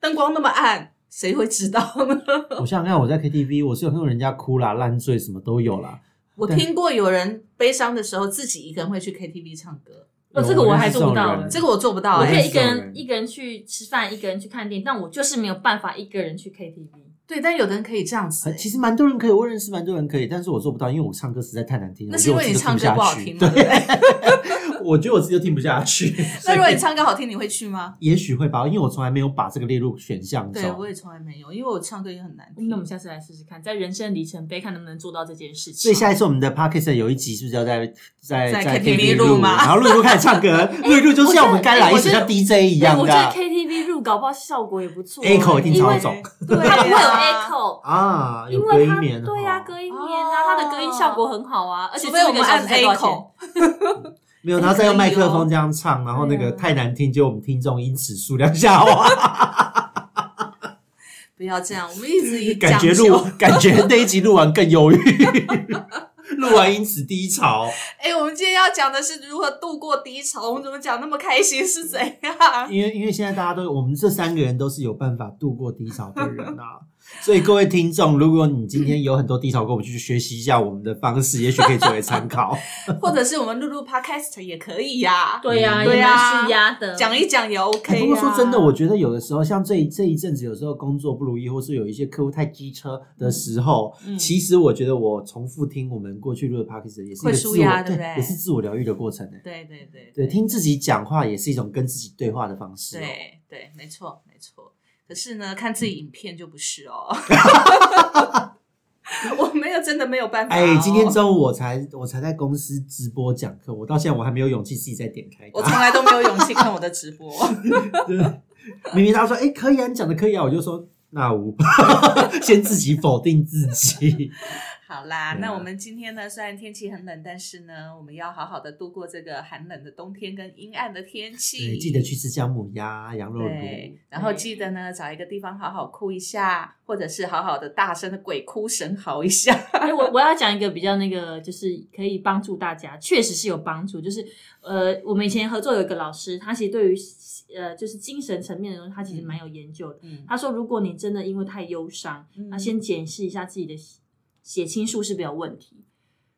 A: 灯光那么暗，谁会知道呢？
C: 我想想看，我在 KTV，我是有看过人家哭啦、烂醉什么都有啦。
A: 我
C: 对
A: 听过有人悲伤的时候自己一个人会去 KTV 唱歌，
D: 哦
C: 有
D: 这个我还
C: 认识
D: 做不到
C: 这种人
A: 这个我做不到
D: 啊，
C: 我
D: 我
A: 哎、
D: 可
C: 也
D: 以
C: 是
D: 一个
C: 我也
D: 人
C: 是
D: 一个人去吃饭，一个人去看电影，但我就是没有办法一个人去 KTV。
A: 对，但有的人可以这样子、哎
C: 呃其实蛮多人可以，我认识蛮多人可以，但是我做不到，因为我唱歌实在太难听了。
A: 那是因
C: 我
A: 为
C: 觉得
A: 你
C: 我
A: 唱
C: 自己
A: 歌
C: 都
A: 不好听
C: 听 不
A: 嘛。
C: 下
A: 对
C: 去，
A: 不对
C: 我觉得我自己都听不下去。
A: 那如果你
C: 所以
A: 唱歌好听，你会去 吗？
C: 也许会吧，因为我从来没有把这个列入选项
A: 对，
C: 中
A: 我。也从来没有，因为我唱歌也很难听。
D: 那我们下次来试试看，在人生里程碑看能不能做到这件事情。
C: 所以下一次我们的 p o d c a s t 有一集是不是要在在
A: 在 KTV
C: KTV
A: 录吗
C: 然后录一录开始唱 歌，录一录就像我们该来一起
D: 我觉
C: 像
D: 得
C: DJ 一样
D: 哎我
C: 的啊
D: 觉得 KTV 入搞不好效果也不错、
C: ，echo 一定
D: 因
C: 超
D: 为
C: 重
A: 对啊，
D: 它不会有 echo，、
C: 啊，
D: 因
C: 有隔
D: 为
C: 音
D: 它
C: 棉哦
D: 对呀、隔音棉啊，
A: 哦
D: 它的隔音效果很好啊，而且
A: 除非我
D: 这个
A: 们
D: 小
A: 按
D: 时才多少钱
A: echo，
C: 没有，然后再
D: 哎
C: 用麦克
D: 哦
C: 风这样唱，然后那个
D: 啊
C: 太难听，就我们听众因此数量下滑，
A: 不要这样，我们一直以
C: 感
A: 讲
C: 觉
A: 究。
C: 录感觉那一集录完更忧郁， 录完因此低潮，
A: 哎、我们今天要讲的是如何度过低潮， 我们怎么讲那么开心是怎样？
C: 因为因为现在大家都我们这三个人都是有办法度过低潮的人啊，所以各位听众，如果你今天有很多低潮过不去，学习一下我们的方式，也许可以作为参 考。
A: 或者是我们录录 podcast 也可以呀、
D: 对啊呀、
C: 嗯
A: 对
D: 也
C: 啊
A: 呀
D: 蛮舒压的。
A: 讲一讲也 OK、
C: 哎
A: 啊。
C: 不过说真的，我觉得有的时候，像这一这一阵子，有时候工作不如意，或是有一些客户太机车的时候，
D: 嗯嗯
C: 其实我觉得我重复听我们过去录的 podcast 也是一
A: 会
C: 个
A: 舒
C: 自我，
A: 压对
C: 对
A: 不对
C: 也是自我疗愈的过程呢。
A: 对对对
C: 对，听自己讲话也是一种跟自己对话的方式、哦。
A: 对对，没错没错。可是呢，看自己影片就不是哦。 我没有真的没有办法、哦。
C: 哎，今天中午我才我才在公司直播讲课，我到现在我还没有勇气自己再点开它。
A: 我从来都没有勇气看我的直播。
C: 明明他说哎可以啊，你讲的可以啊，我就 说那无，先自己否定自己。
A: 好啦，
C: 对啊
A: 那我们今天呢，虽然天气很冷，但是呢，我们要好好的度过这个寒冷的冬天跟阴暗的天气。
C: 对，记得去吃姜母鸭、羊肉炉。
A: 对，然后记得呢，找一个地方好好哭一下，或者是好好的大声的鬼哭神嚎一下。
D: 哎、我我要讲一个比较那个，就是可以帮助大家，确实是有帮助。就是呃，我们以前合作有一个老师，他其实对于呃，就是精神层面的东西，他其实蛮有研究的。
A: 嗯，
D: 他说，如果你真的因为太忧伤，那、先检视一下自己的血血清素是不是有问题。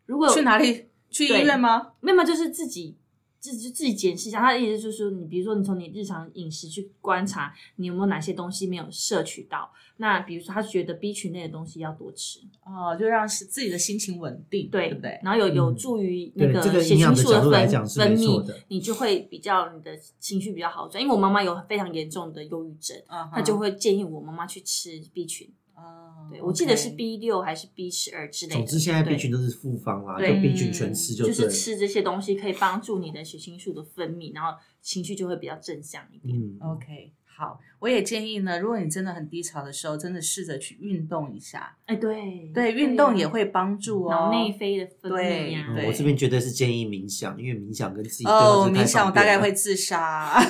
D: 如果
A: 去哪里？去医
D: 对
A: 院吗？
D: 没有，没有就是自己自己自己检视一下。他的意思就是说，你比如说你从你日常饮食去观察，你有没有哪些东西没有摄取到。那比如说，他觉得 B 群类的东西要多吃，
A: 哦，就让是自己的心情稳定，对
D: 对
A: 不对？
D: 然后有有
C: 嗯
D: 助于那
C: 对
D: 个
C: 这个
D: 血
C: 营养
D: 清
C: 的
D: 素
C: 角度来
D: 分
C: 讲是没
D: 分
C: 错
D: 泌
C: 的，
D: 你就会比较你的情绪比较好转。因为我妈妈有非常严重的忧郁症，
A: 啊
D: 她就会建议我妈妈去吃 B 群。
A: 哦
D: 对我记得是
A: OK
D: B 六还是 B 十二之类的。
C: 总之现在 B
D: 对
C: 群都是复方啦，就
D: 对
C: B 群全吃
D: 就
C: 对
D: 是
C: 了。
D: 吃这些东西可以帮助你的血清素的分泌，然后情绪就会比较正向一点。
C: 嗯，
A: OK。好，我也建议呢，如果你真的很低潮的时候，真的试着去运动一下，
D: 哎，对啊
A: 对，运动也会帮助哦。
D: 脑内啡的分泌啊呀、
C: 嗯
A: 对
C: 我这边绝对是建议冥想，因为冥想跟自己对话
A: 哦，
C: 真的
A: 冥
C: 太
A: 想我
C: 方
A: 大
C: 便
A: 概
C: 了
A: 会自 杀。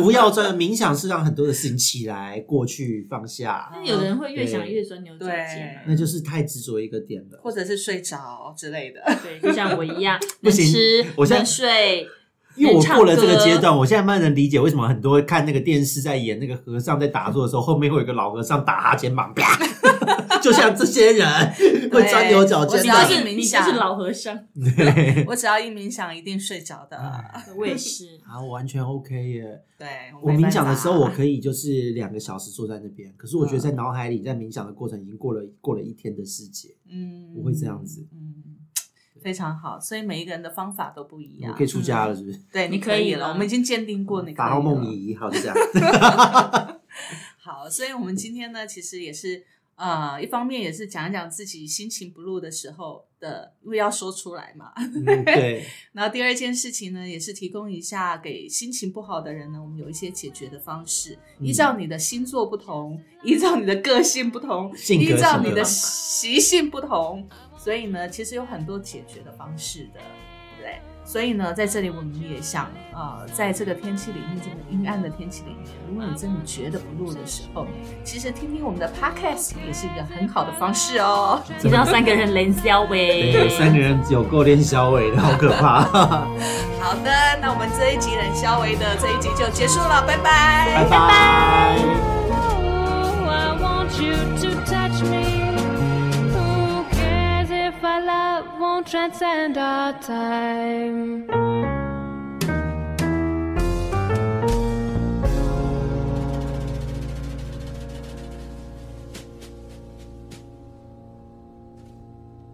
C: 不要这冥想是让很多的事情起来过去放下，
D: 但有的人会越想越钻牛角尖啊、
A: 对
C: 那就是太执着一个点了。
A: 或者是睡着之类的。
D: 对，就像我一样，
C: 不
D: 能
C: 行
D: 吃，
C: 我现在
D: 能睡，
C: 因为我过了这个
D: 能唱歌
C: 阶段，我现在慢慢能理解为什么很多看那个电视在演那个和尚在打坐的时候，后面会有一个老和尚打哈肩膀，啪， 就像这些 人会钻牛角尖
A: 我
D: 你
A: 知道
D: 就
A: 你
D: 是
C: 的。
A: 冥
D: 你就
A: 想
D: 是老和尚，
C: 对，
A: 我只要一冥想，一定睡着的。
D: 我也是。
C: 啊，我完全 OK 耶。
A: 对，
C: 我
A: 没办
C: 冥想的
A: 法
C: 时候，我可以就是两个小时坐在那边，可是我觉
A: 嗯
C: 得在脑海里，在冥想的过程已经过了过了一天的世界，
A: 嗯，
C: 我会这样子
A: 嗯，非常好。所以每一个人的方法都不一
C: 我
A: 样嗯
C: 可以。出家了，是嗯不是？
A: 对，你
D: 你可
A: 可以
D: 以
A: 了，
D: 了
A: 我们已经鉴定过你可以
C: 打到
A: 了。
C: 梦遗，好，就这样。
A: 好，所以我们今天呢，其实也是呃，一方面也是讲一讲自己心情不露的时候的，因为要说出来嘛。
C: 嗯，对，
A: 然后第二件事情呢，也是提供一下给心情不好的人呢，我们有一些解决的方式，
C: 嗯
A: 依照你的星座不同，依照你的个性不同，
C: 性格
A: 依照你
C: 性
A: 的
C: 格
A: 习性不同，所以呢，其实有很多解决的方式的，对。所以呢，在这里我们也想，呃，在这个天气里面，这个阴暗的天气里面，如果你真的觉得不录的时候，其实听听我们的 podcast 也是一个很好的方式哦。
D: 提到三个人连销喂，
C: 对，三个人有够练小伟的，好可怕，
A: 好的，那我们这一集冷肖维的这一集就结束了，拜 拜
C: 拜拜。
B: Oh, I want you to touch me. Who cares if our love won't transcend our time?